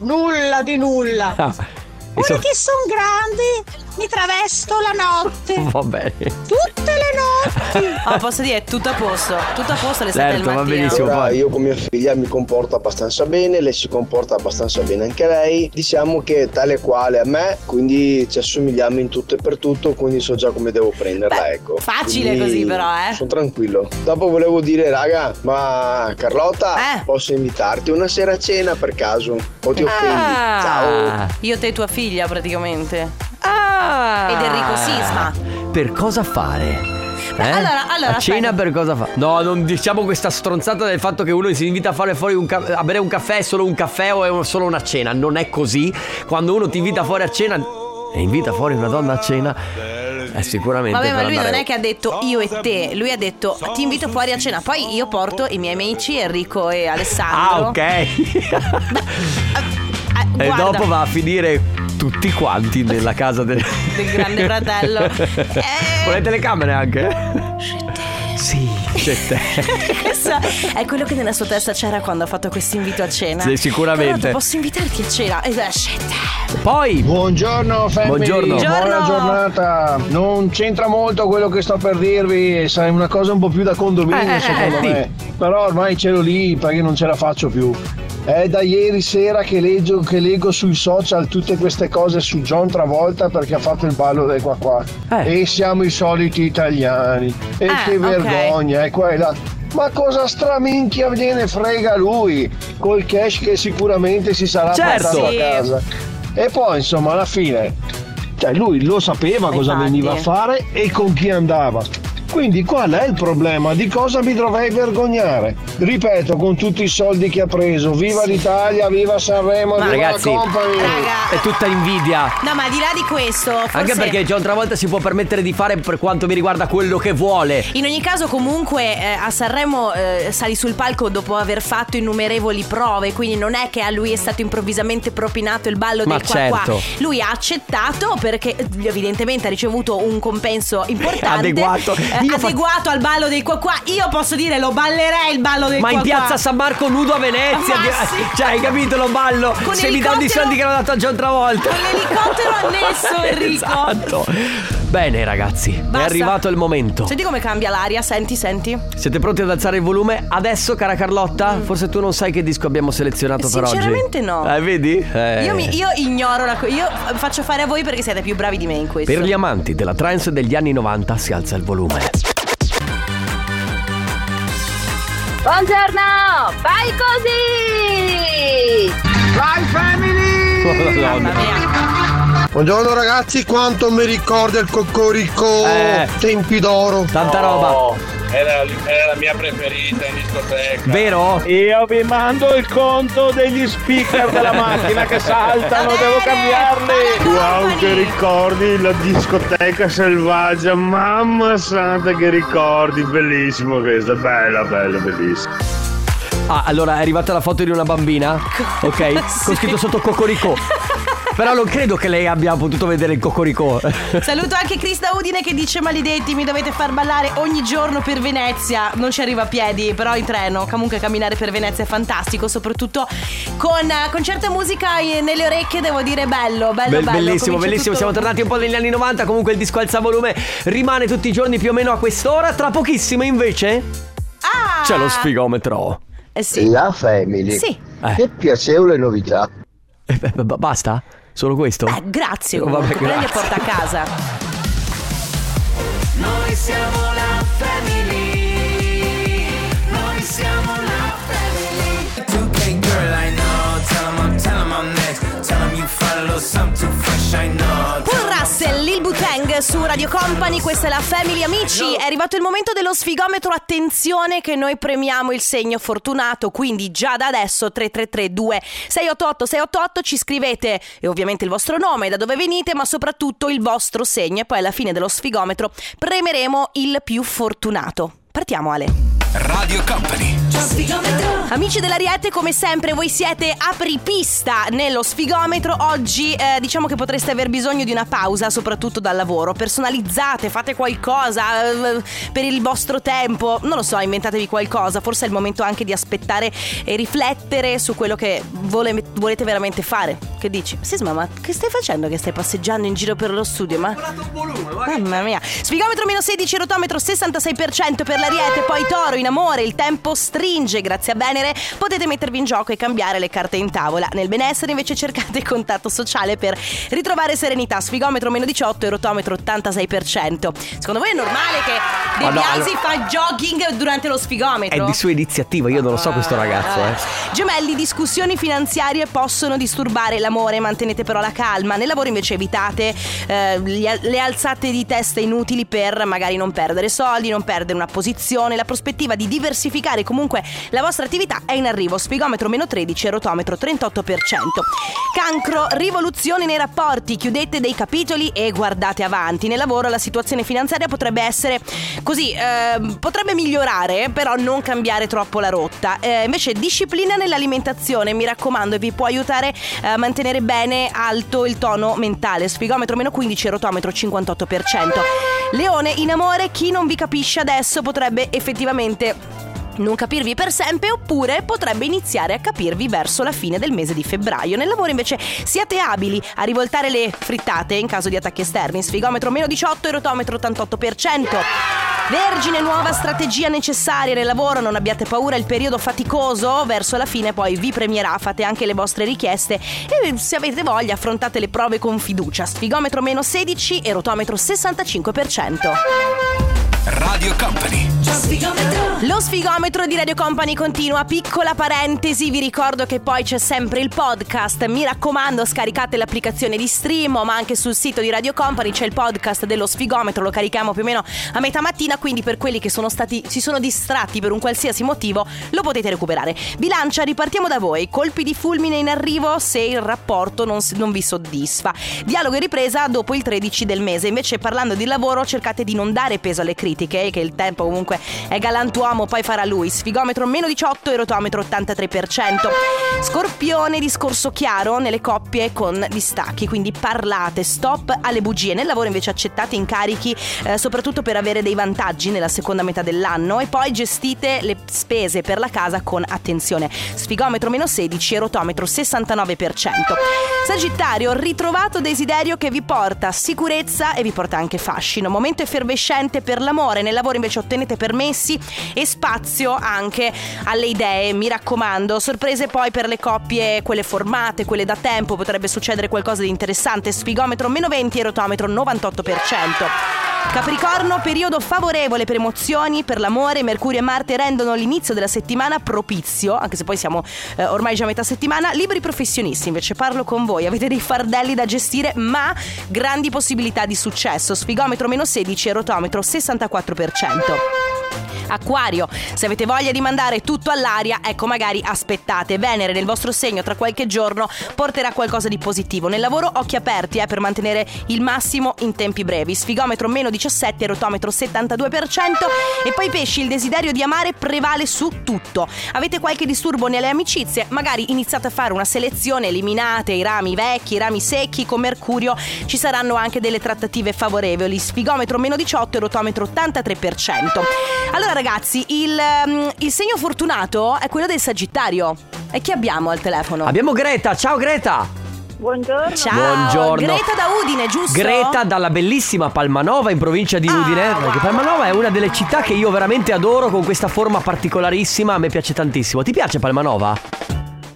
[SPEAKER 23] Nulla di nulla.
[SPEAKER 1] Ah, i so-
[SPEAKER 7] Ora che sono grande, mi travesto la notte.
[SPEAKER 1] Va bene.
[SPEAKER 7] Tutte le notti.
[SPEAKER 2] Ah, posso dire, è tutto a posto. Tutto a posto alle
[SPEAKER 1] Certo,
[SPEAKER 2] 7 del mattino.
[SPEAKER 24] Allora, io con mia figlia mi comporto abbastanza bene, lei si comporta abbastanza bene anche lei. Diciamo che è tale e quale a me, quindi ci assomigliamo in tutto e per tutto, quindi so già come devo prenderla, ecco.
[SPEAKER 2] facile
[SPEAKER 24] Quindi
[SPEAKER 2] così però, eh.
[SPEAKER 24] Sono tranquillo. Dopo volevo dire, raga, ma Carlotta, posso invitarti una sera a cena per caso? O ti offendi?
[SPEAKER 2] Eh. Ah.
[SPEAKER 24] Ciao.
[SPEAKER 2] Io, te e tua figlia, praticamente. Ah. Ed Enrico Sisma.
[SPEAKER 1] Per cosa fare? Eh?
[SPEAKER 2] allora- allora,
[SPEAKER 1] a cena
[SPEAKER 2] aspetta.
[SPEAKER 1] per cosa fa? No, non diciamo questa stronzata del fatto che uno si invita a fare fuori un ca- a bere un caffè è solo un caffè o è un- solo una cena. Non è così. Quando uno ti invita fuori a cena e invita fuori una donna a cena, è sicuramente
[SPEAKER 2] Vabbè, ma
[SPEAKER 1] per
[SPEAKER 2] lui non
[SPEAKER 1] andare-
[SPEAKER 2] è che ha detto io e te, lui ha detto ti invito fuori a cena. Poi io porto i miei amici Enrico e Alessandro. Ah,
[SPEAKER 1] Ah, ok. e
[SPEAKER 2] guarda.
[SPEAKER 1] dopo va a finire tutti quanti nella casa del,
[SPEAKER 2] Del grande fratello. Eh,
[SPEAKER 1] Con le telecamere anche? Sì, c'è te.
[SPEAKER 2] Questo è quello che nella sua testa c'era quando ha fatto questo invito a cena.
[SPEAKER 1] Sì, sicuramente.
[SPEAKER 2] Carlotta, posso invitarti a cena? E eh, shit.
[SPEAKER 1] Poi
[SPEAKER 19] Buongiorno family
[SPEAKER 2] Buongiorno. Buongiorno.
[SPEAKER 19] Buona giornata Non c'entra molto quello che sto per dirvi Sai una cosa un po' più da condominio
[SPEAKER 25] Eh, eh,
[SPEAKER 19] secondo
[SPEAKER 25] eh,
[SPEAKER 19] me Però ormai c'ero lì perché non ce la faccio più è da ieri sera che leggo, che leggo sui social tutte queste cose su John Travolta perché ha fatto il ballo del qua qua. E siamo i soliti italiani. E che
[SPEAKER 25] Eh. ok.
[SPEAKER 19] vergogna, è qua e là. Ma cosa straminchia gliene frega lui? Col cash che sicuramente si sarà
[SPEAKER 25] Certo.
[SPEAKER 19] portato
[SPEAKER 25] Sì.
[SPEAKER 19] a casa. E poi insomma alla fine cioè, lui lo sapeva cosa
[SPEAKER 25] Infatti.
[SPEAKER 19] veniva a fare e con chi andava. Quindi qual è il problema? Di cosa mi dovrei vergognare? Ripeto, con tutti i soldi che ha preso, viva l'Italia, viva Sanremo,
[SPEAKER 1] Ma
[SPEAKER 19] viva
[SPEAKER 1] ragazzi,
[SPEAKER 19] la company!
[SPEAKER 1] è tutta invidia.
[SPEAKER 2] No, ma al di là di questo, forse
[SPEAKER 1] Anche perché John Travolta si può permettere di fare per quanto mi riguarda quello che vuole.
[SPEAKER 2] In ogni caso comunque eh, a Sanremo eh, sali sul palco dopo aver fatto innumerevoli prove, quindi non è che a lui è stato improvvisamente propinato il ballo
[SPEAKER 1] Ma
[SPEAKER 2] del qua qua.
[SPEAKER 1] certo.
[SPEAKER 2] Lui ha accettato perché eh, evidentemente ha ricevuto un compenso importante
[SPEAKER 1] Adeguato.
[SPEAKER 2] eh, adeguato al ballo del qua qua. Io posso dire lo ballerei il ballo del
[SPEAKER 1] Ma
[SPEAKER 2] qua
[SPEAKER 1] in piazza
[SPEAKER 2] qua.
[SPEAKER 1] San Marco nudo a Venezia.
[SPEAKER 2] Ma
[SPEAKER 1] di-
[SPEAKER 2] sì.
[SPEAKER 1] Cioè, hai capito lo ballo?
[SPEAKER 2] Con
[SPEAKER 1] Se mi danno i
[SPEAKER 2] elicottero-
[SPEAKER 1] soldi che hanno dato a John Travolta.
[SPEAKER 2] Con l'elicottero annesso, Enrico.
[SPEAKER 1] esatto. Bene, ragazzi, è
[SPEAKER 2] Basta.
[SPEAKER 1] arrivato il momento.
[SPEAKER 2] Senti come cambia l'aria, senti, senti.
[SPEAKER 1] Siete pronti ad alzare il volume? Adesso, cara Carlotta, forse tu non sai che disco abbiamo selezionato per oggi.
[SPEAKER 2] Mm. Sinceramente no.
[SPEAKER 1] Eh, vedi? Eh.
[SPEAKER 2] Io, mi- io ignoro la co- Io eh, faccio fare a voi perché siete più bravi di me in questo.
[SPEAKER 1] Per gli amanti della trance degli anni 90 si alza il volume.
[SPEAKER 26] Buongiorno, fai così! Vai family!
[SPEAKER 1] Oh, Madonna.
[SPEAKER 25] Buongiorno ragazzi, quanto mi ricorda il cocorico Tempi d'oro
[SPEAKER 1] Tanta
[SPEAKER 25] roba
[SPEAKER 22] Era, era la mia preferita in discoteca.
[SPEAKER 1] Vero?
[SPEAKER 25] Io
[SPEAKER 24] vi mando il conto degli speaker
[SPEAKER 25] della
[SPEAKER 24] macchina che
[SPEAKER 25] saltano, devo
[SPEAKER 24] cambiarli.
[SPEAKER 25] Wow, che ricordi la discoteca selvaggia, mamma santa che ricordi, bellissimo questo, bella, bella, bellissimo.
[SPEAKER 1] Ah, allora è arrivata la foto di una bambina. Ok, con scritto sotto Cocorico. Però non credo che lei abbia potuto vedere il Cocorico.
[SPEAKER 2] Saluto anche Chris da Udine che dice maledetti mi dovete far ballare ogni giorno per Venezia. Non ci arriva a piedi, però in treno. Comunque camminare per Venezia è fantastico, soprattutto con, con certa musica eh, nelle orecchie, devo dire bello, bello,
[SPEAKER 1] Bel-
[SPEAKER 2] bello.
[SPEAKER 1] bellissimo,
[SPEAKER 2] Comincia
[SPEAKER 1] bellissimo.
[SPEAKER 2] tutto-
[SPEAKER 1] Siamo tornati un po' negli anni 90. Comunque il disco alza volume rimane tutti i giorni più o meno a quest'ora. Tra pochissimo, invece, c'è lo sfigometro.
[SPEAKER 2] Ah! Eh sì.
[SPEAKER 25] La family.
[SPEAKER 2] Sì.
[SPEAKER 25] Che piacevole novità.
[SPEAKER 1] Eh, beh, beh, basta? Solo questo?
[SPEAKER 2] Eh, Grazie,
[SPEAKER 1] Oh,
[SPEAKER 2] comunque,
[SPEAKER 1] vabbè,
[SPEAKER 2] prendi e
[SPEAKER 1] grazie.
[SPEAKER 2] porta a casa.
[SPEAKER 15] Noi siamo la family. Noi siamo la family. 2K girl, I know. Tell 'em I'm, tell 'em I'm next. Tell 'em you follow something fresh, I know.
[SPEAKER 2] Paul Russell, Lil Butang su Radio Company, questa è la Family Amici. È arrivato il momento dello sfigometro, attenzione che noi premiamo il segno fortunato, quindi già da adesso 3332 688 688 ci scrivete e ovviamente il vostro nome, da dove venite, ma soprattutto il vostro segno e poi alla fine dello sfigometro premeremo il più fortunato. Partiamo Ale.
[SPEAKER 11] Radio Company.
[SPEAKER 2] Amici dell'Ariete, come sempre voi siete apripista nello sfigometro. Oggi eh, diciamo che potreste aver bisogno di una pausa, soprattutto dal lavoro. Personalizzate, fate qualcosa eh, per il vostro tempo. Non lo so, inventatevi qualcosa. Forse è il momento anche di aspettare e riflettere su quello che vole- volete veramente fare. Che dici? Sisma, ma che stai facendo che stai passeggiando in giro per lo studio? Ma... Mamma mia. Sfigometro meno 16, rotometro 66% per l'Ariete, poi Toro in amore, il tempo stringe, grazie a Venere potete mettervi in gioco e cambiare le carte in tavola. Nel benessere invece cercate contatto sociale per ritrovare serenità. Sfigometro meno 18 e rotometro 86%. Secondo voi è normale che De
[SPEAKER 1] Ma no,
[SPEAKER 2] Biasi fa jogging durante lo
[SPEAKER 1] È
[SPEAKER 2] sfigometro?
[SPEAKER 1] di sua iniziativa, io non lo so questo ragazzo, eh.
[SPEAKER 2] Ah. Gemelli, discussioni finanziarie possono disturbare l'amore, mantenete però la calma. Nel lavoro invece evitate eh, gli- le alzate di testa inutili per magari non perdere soldi, non perdere una posizione. La prospettiva di diversificare comunque la vostra attività è in arrivo. Spigometro meno 13 e rotometro 38%. Cancro, rivoluzione nei rapporti, chiudete dei capitoli e guardate avanti. Nel lavoro la situazione finanziaria potrebbe essere così, ehm, potrebbe migliorare, però non cambiare troppo la rotta. Eh, invece disciplina nell'alimentazione, mi raccomando, vi può aiutare eh, a mantenere bene alto il tono mentale. Sfigometro meno 15 e rotometro 58%. Leone, in amore, chi non vi capisce adesso potrebbe effettivamente non capirvi per sempre oppure potrebbe iniziare a capirvi verso la fine del mese di febbraio. Nel lavoro invece siate abili a rivoltare le frittate in caso di attacchi esterni, sfigometro meno 18 e rotometro 88%. Vergine, nuova strategia necessaria nel lavoro, non abbiate paura, il periodo faticoso verso la fine poi vi premierà, fate anche le vostre richieste e se avete voglia affrontate le prove con fiducia, sfigometro meno 16 e rotometro 65%.
[SPEAKER 11] Radio Company.
[SPEAKER 2] Lo sfigometro di Radio Company continua, piccola parentesi, vi ricordo che poi c'è sempre il podcast, mi raccomando scaricate l'applicazione di stream ma anche sul sito di Radio Company c'è il podcast dello sfigometro, lo carichiamo più o meno a metà mattina, quindi per quelli che sono stati, si sono distratti per un qualsiasi motivo lo potete recuperare. Bilancia, ripartiamo da voi, colpi di fulmine in arrivo se il rapporto non, si- non vi soddisfa. Dialogo e ripresa dopo il 13 del mese, invece parlando di lavoro cercate di non dare peso alle critiche, eh, che il tempo comunque è galantuomo, poi farà lui. Sfigometro meno 18 e rotometro 83%. Scorpione, discorso chiaro nelle coppie con distacchi, quindi parlate, stop alle bugie. Nel lavoro invece accettate incarichi, eh, soprattutto per avere dei vantaggi nella seconda metà dell'anno e poi gestite le spese per la casa con attenzione. Sfigometro meno 16 e rotometro 69%. Sagittario, ritrovato desiderio che vi porta sicurezza e vi porta anche fascino. Momento effervescente per l'amore, nel lavoro invece ottenete permessi e spazio anche alle idee, mi raccomando. Sorprese poi per le coppie, quelle formate, quelle da tempo, potrebbe succedere qualcosa di interessante. Spigometro meno 20 e rotometro 98%. Capricorno, periodo favorevole per emozioni, per l'amore, Mercurio e Marte rendono l'inizio della settimana propizio, anche se poi siamo eh, ormai già a metà settimana, liberi professionisti, invece parlo con voi, avete dei fardelli da gestire, ma grandi possibilità di successo, sfigometro meno 16 e rotometro 64%. Acquario, se avete voglia di mandare tutto all'aria, ecco magari aspettate. Venere nel vostro segno tra qualche giorno porterà qualcosa di positivo. Nel lavoro occhi aperti eh, per mantenere il massimo in tempi brevi. Sfigometro meno 17, rotometro 72%. E poi pesci, il desiderio di amare prevale su tutto. Avete qualche disturbo nelle amicizie? Magari iniziate a fare una selezione, eliminate i rami vecchi, i rami secchi. Con Mercurio ci saranno anche delle trattative favorevoli. Sfigometro meno 18 e rotometro 83%. Allora ragazzi, il, ehm, il segno fortunato è quello del Sagittario. E chi abbiamo al telefono?
[SPEAKER 1] Abbiamo Greta, ciao Greta!
[SPEAKER 7] Buongiorno.
[SPEAKER 2] Ciao,
[SPEAKER 1] Buongiorno.
[SPEAKER 2] Greta da Udine, giusto?
[SPEAKER 1] Greta dalla bellissima Palmanova in provincia
[SPEAKER 2] Ah.
[SPEAKER 1] di Udine. Perché Palmanova è una delle città che io veramente adoro con questa forma particolarissima. A me piace tantissimo. Ti piace Palmanova?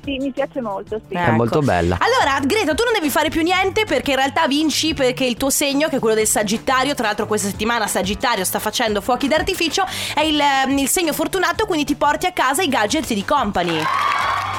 [SPEAKER 3] Sì, mi piace molto, sì.
[SPEAKER 7] Eh.
[SPEAKER 1] È molto bella.
[SPEAKER 2] Ecco. Allora, Greta, tu non devi fare più niente perché in realtà vinci perché il tuo segno, che è quello del Sagittario, tra l'altro questa settimana Sagittario sta facendo fuochi d'artificio, è il, mm, il segno fortunato, quindi ti porti a casa i gadget di company.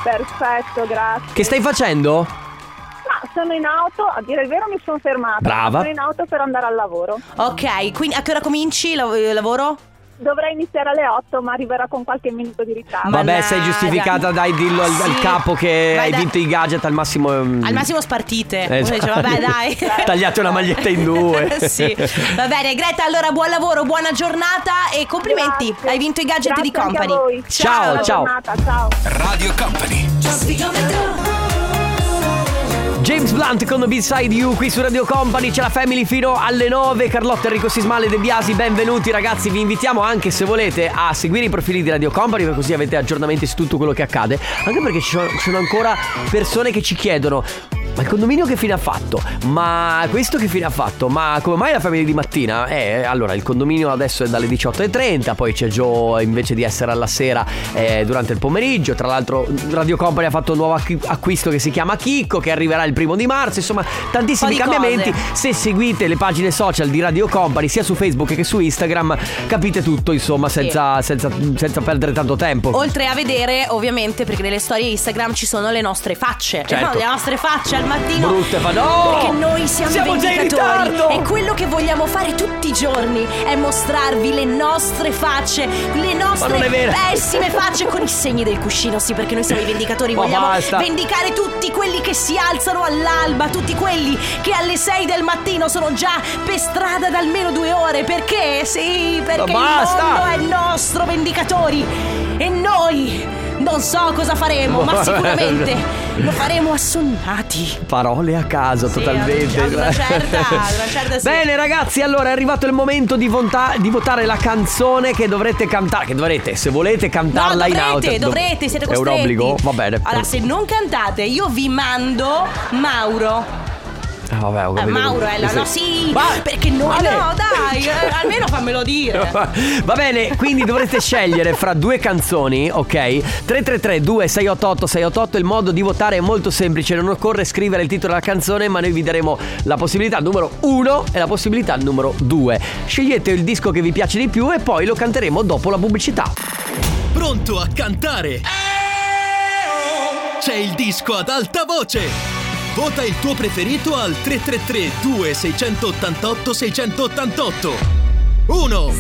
[SPEAKER 3] Perfetto, grazie.
[SPEAKER 1] Che stai facendo?
[SPEAKER 3] Ma sono in auto, a dire il vero mi sono fermata.
[SPEAKER 1] Brava.
[SPEAKER 3] Sono in auto per andare al lavoro.
[SPEAKER 2] Ok, quindi a che ora cominci il lavoro?
[SPEAKER 1] Mm.
[SPEAKER 3] Dovrei iniziare alle 8, ma arriverà con qualche minuto di ritardo.
[SPEAKER 1] Vabbè, sei giustificata, dai, dillo al, al
[SPEAKER 2] Sì.
[SPEAKER 1] capo che
[SPEAKER 2] Vai,
[SPEAKER 1] hai
[SPEAKER 2] dai.
[SPEAKER 1] vinto i gadget al massimo. mm,
[SPEAKER 2] Al massimo spartite.
[SPEAKER 1] Esatto.
[SPEAKER 2] Uno dice, vabbè, dai.
[SPEAKER 1] Tagliate una maglietta in due.
[SPEAKER 2] sì. Va bene, Greta, allora buon lavoro, buona giornata e complimenti. Hai vinto i gadget di
[SPEAKER 3] Grazie anche a
[SPEAKER 2] company.
[SPEAKER 3] voi.
[SPEAKER 1] Ciao,
[SPEAKER 3] Buona
[SPEAKER 1] ciao.
[SPEAKER 3] giornata, ciao.
[SPEAKER 11] Radio Company.
[SPEAKER 1] James Blunt con Beside You qui su Radio Company, c'è la Family fino alle 9, Carlotta Enrico Sismale De Biasi, benvenuti ragazzi, vi invitiamo anche se volete a seguire i profili di Radio Company perché così avete aggiornamenti su tutto quello che accade, anche perché ci sono, ci sono ancora persone che ci chiedono ma il condominio che fine ha fatto? Ma questo che fine ha fatto? Ma come mai la famiglia di mattina? Eh, allora, il condominio adesso è dalle 18.30, poi c'è Joe invece di essere alla sera eh, durante il pomeriggio. Tra l'altro Radio Company ha fatto un nuovo acqui- acquisto che si chiama Chicco, che arriverà il primo di marzo. Insomma, tantissimi
[SPEAKER 2] Un po' di
[SPEAKER 1] cambiamenti.
[SPEAKER 2] cose.
[SPEAKER 1] Se seguite le pagine social di Radio Company, sia su Facebook che su Instagram, capite tutto, insomma, senza, senza- senza perdere tanto tempo.
[SPEAKER 2] Oltre a vedere, ovviamente, perché nelle storie Instagram ci sono le nostre facce.
[SPEAKER 1] Certo.
[SPEAKER 2] E no, le nostre facce al mattino.
[SPEAKER 1] Brutte fa- no!
[SPEAKER 2] Perché noi siamo,
[SPEAKER 1] Siamo
[SPEAKER 2] i
[SPEAKER 1] già in
[SPEAKER 2] vendicatori.
[SPEAKER 1] ritardo!
[SPEAKER 2] E quello che vogliamo fare tutti i giorni è mostrarvi le nostre facce, le nostre
[SPEAKER 1] non è vero.
[SPEAKER 2] pessime facce con i segni del cuscino, sì, perché noi siamo i vendicatori,
[SPEAKER 1] Ma
[SPEAKER 2] vogliamo
[SPEAKER 1] basta.
[SPEAKER 2] vendicare tutti quelli che si alzano all'alba, tutti quelli che alle 6 del mattino sono già per strada da almeno due ore. Perché? Sì, perché
[SPEAKER 1] basta!
[SPEAKER 2] il mondo è nostro, vendicatori. E noi non so cosa faremo, ma sicuramente lo faremo assonnati.
[SPEAKER 1] Parole a caso, totalmente.
[SPEAKER 2] ad una certa- ad una certa sì.
[SPEAKER 1] Bene, ragazzi, allora è arrivato il momento di, vonta- di votare la canzone che dovrete cantare. Che dovrete, se volete, cantarla in
[SPEAKER 2] dovrete,
[SPEAKER 1] auto. Dov-
[SPEAKER 2] dovrete, siete
[SPEAKER 1] È un
[SPEAKER 2] costretti.
[SPEAKER 1] obbligo? Va bene.
[SPEAKER 2] Allora, se non cantate, io vi mando Mauro.
[SPEAKER 1] Ah, vabbè, ho
[SPEAKER 2] Eh,
[SPEAKER 1] capito.
[SPEAKER 2] Mauro è la
[SPEAKER 1] Sì.
[SPEAKER 2] no, sì. perché noi
[SPEAKER 1] Ale.
[SPEAKER 2] no, dai, eh, almeno fammelo dire.
[SPEAKER 1] Va bene, quindi dovrete scegliere fra due canzoni, ok? 333 2688 688 il modo di votare è molto semplice, non occorre scrivere il titolo della canzone, ma noi vi daremo la possibilità numero 1 e la possibilità numero 2. Scegliete il disco che vi piace di più e poi lo canteremo dopo la pubblicità.
[SPEAKER 4] Pronto a cantare? C'è il disco ad alta voce! Vota il tuo preferito al 333-2688-688 1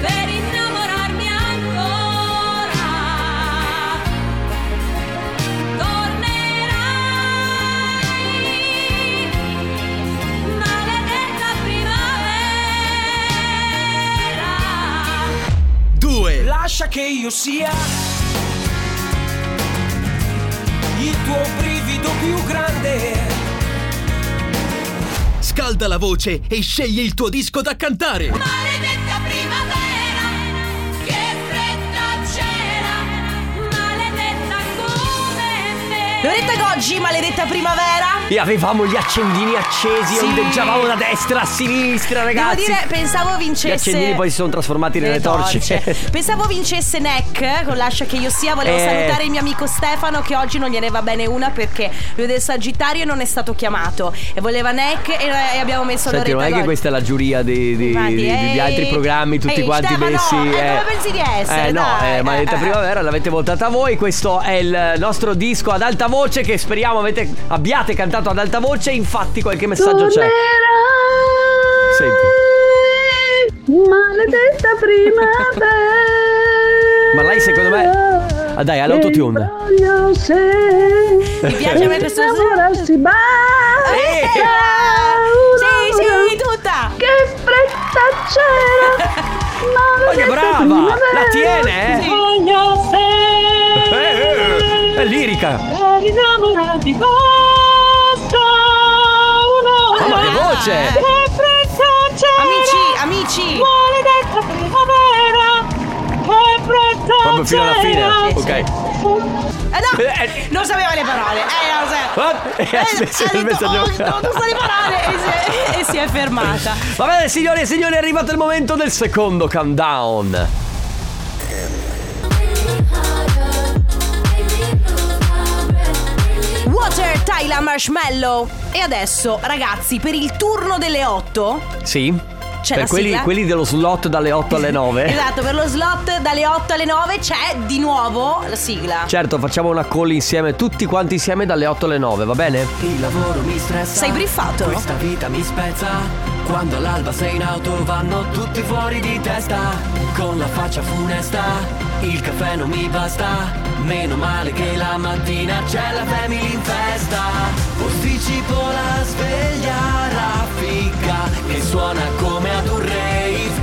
[SPEAKER 5] Per innamorarmi ancora Tornerai Maledetta primavera
[SPEAKER 4] 2
[SPEAKER 9] Lascia che io sia il tuo brivido più grande.
[SPEAKER 4] Scalda la voce e scegli il tuo disco da cantare
[SPEAKER 5] Maledetta primavera Che fretta c'era Maledetta come me
[SPEAKER 2] Loretta Goggi, maledetta primavera.
[SPEAKER 1] E avevamo gli accendini accesi,
[SPEAKER 2] Sì.
[SPEAKER 1] ondeggiavamo da destra a sinistra,
[SPEAKER 2] Devo
[SPEAKER 1] ragazzi.
[SPEAKER 2] dire, pensavo
[SPEAKER 1] gli
[SPEAKER 2] vincesse.
[SPEAKER 1] accendini poi si sono trasformati nelle
[SPEAKER 2] Nelle
[SPEAKER 1] torce.
[SPEAKER 2] Pensavo vincesse Neck eh, con Lascia che io sia. Volevo
[SPEAKER 1] Eh.
[SPEAKER 2] salutare il mio amico Stefano che oggi non gliene va bene una perché lui è del Sagittario e non è stato chiamato. E voleva Neck e, eh, e abbiamo messo
[SPEAKER 1] Senti,
[SPEAKER 2] Loretta
[SPEAKER 1] non è che
[SPEAKER 2] Goggi.
[SPEAKER 1] questa è la giuria di, di-
[SPEAKER 2] Infatti,
[SPEAKER 1] di- di
[SPEAKER 2] ehi,
[SPEAKER 1] altri programmi, tutti
[SPEAKER 2] eh, ehi,
[SPEAKER 1] quanti
[SPEAKER 2] Stefano,
[SPEAKER 1] messi.
[SPEAKER 2] eh, dove pensi di essere,
[SPEAKER 1] Eh, no,
[SPEAKER 2] dai,
[SPEAKER 1] eh, Maledetta
[SPEAKER 2] eh, eh.
[SPEAKER 1] Primavera l'avete votata voi. Questo è il nostro disco ad alta voce che speriamo avete- abbiate cantato ad alta voce. Infatti, qualche messaggio c'è. Senti,
[SPEAKER 5] Maledetta primavera
[SPEAKER 1] ma lei secondo me. Ah, dai, ha l'autotune.
[SPEAKER 5] Voglio se
[SPEAKER 1] Mi piace a me questo-
[SPEAKER 5] Innamorarsi
[SPEAKER 2] Sì, sì, tutta.
[SPEAKER 5] Che fretta c'era
[SPEAKER 1] Ma che brava! La tiene, eh?
[SPEAKER 5] Voglio
[SPEAKER 1] Eh, eh, eh, È lirica.
[SPEAKER 5] Per innamorarti basta
[SPEAKER 1] Oh, ma che voce!
[SPEAKER 5] Che fretta c'era
[SPEAKER 2] Amici, amici!
[SPEAKER 5] Maledetta primavera Che fretta
[SPEAKER 1] Proprio fino alla fine.
[SPEAKER 5] c'era
[SPEAKER 1] Ok.
[SPEAKER 2] Eh no, non sapeva le parole. Eh, non sapeva.
[SPEAKER 1] Ah, eh, ha smesso il messaggio.
[SPEAKER 2] "Oh, Non sa le parole e si è- e si è fermata.
[SPEAKER 1] Va bene, signore e signori, è arrivato il momento del secondo countdown.
[SPEAKER 2] Laila Marshmallow. E adesso, ragazzi, per il turno delle 8.
[SPEAKER 1] Sì.
[SPEAKER 2] C'è
[SPEAKER 1] per
[SPEAKER 2] la
[SPEAKER 1] quelli,
[SPEAKER 2] sigla?
[SPEAKER 1] quelli dello slot dalle 8 alle 9.
[SPEAKER 2] Esatto, per lo slot dalle 8 alle 9 c'è di nuovo la sigla.
[SPEAKER 1] Certo, facciamo una call insieme, tutti quanti insieme dalle 8 alle 9, va bene?
[SPEAKER 15] Il lavoro mi stressa.
[SPEAKER 2] Sei briffato?
[SPEAKER 15] Questa vita mi spezza. Quando all'alba sei in auto vanno tutti fuori di testa. Con la faccia funesta, il caffè non mi basta. Meno male che la mattina c'è la family in festa. Posticipo la sveglia raffica che suona come ad un rave.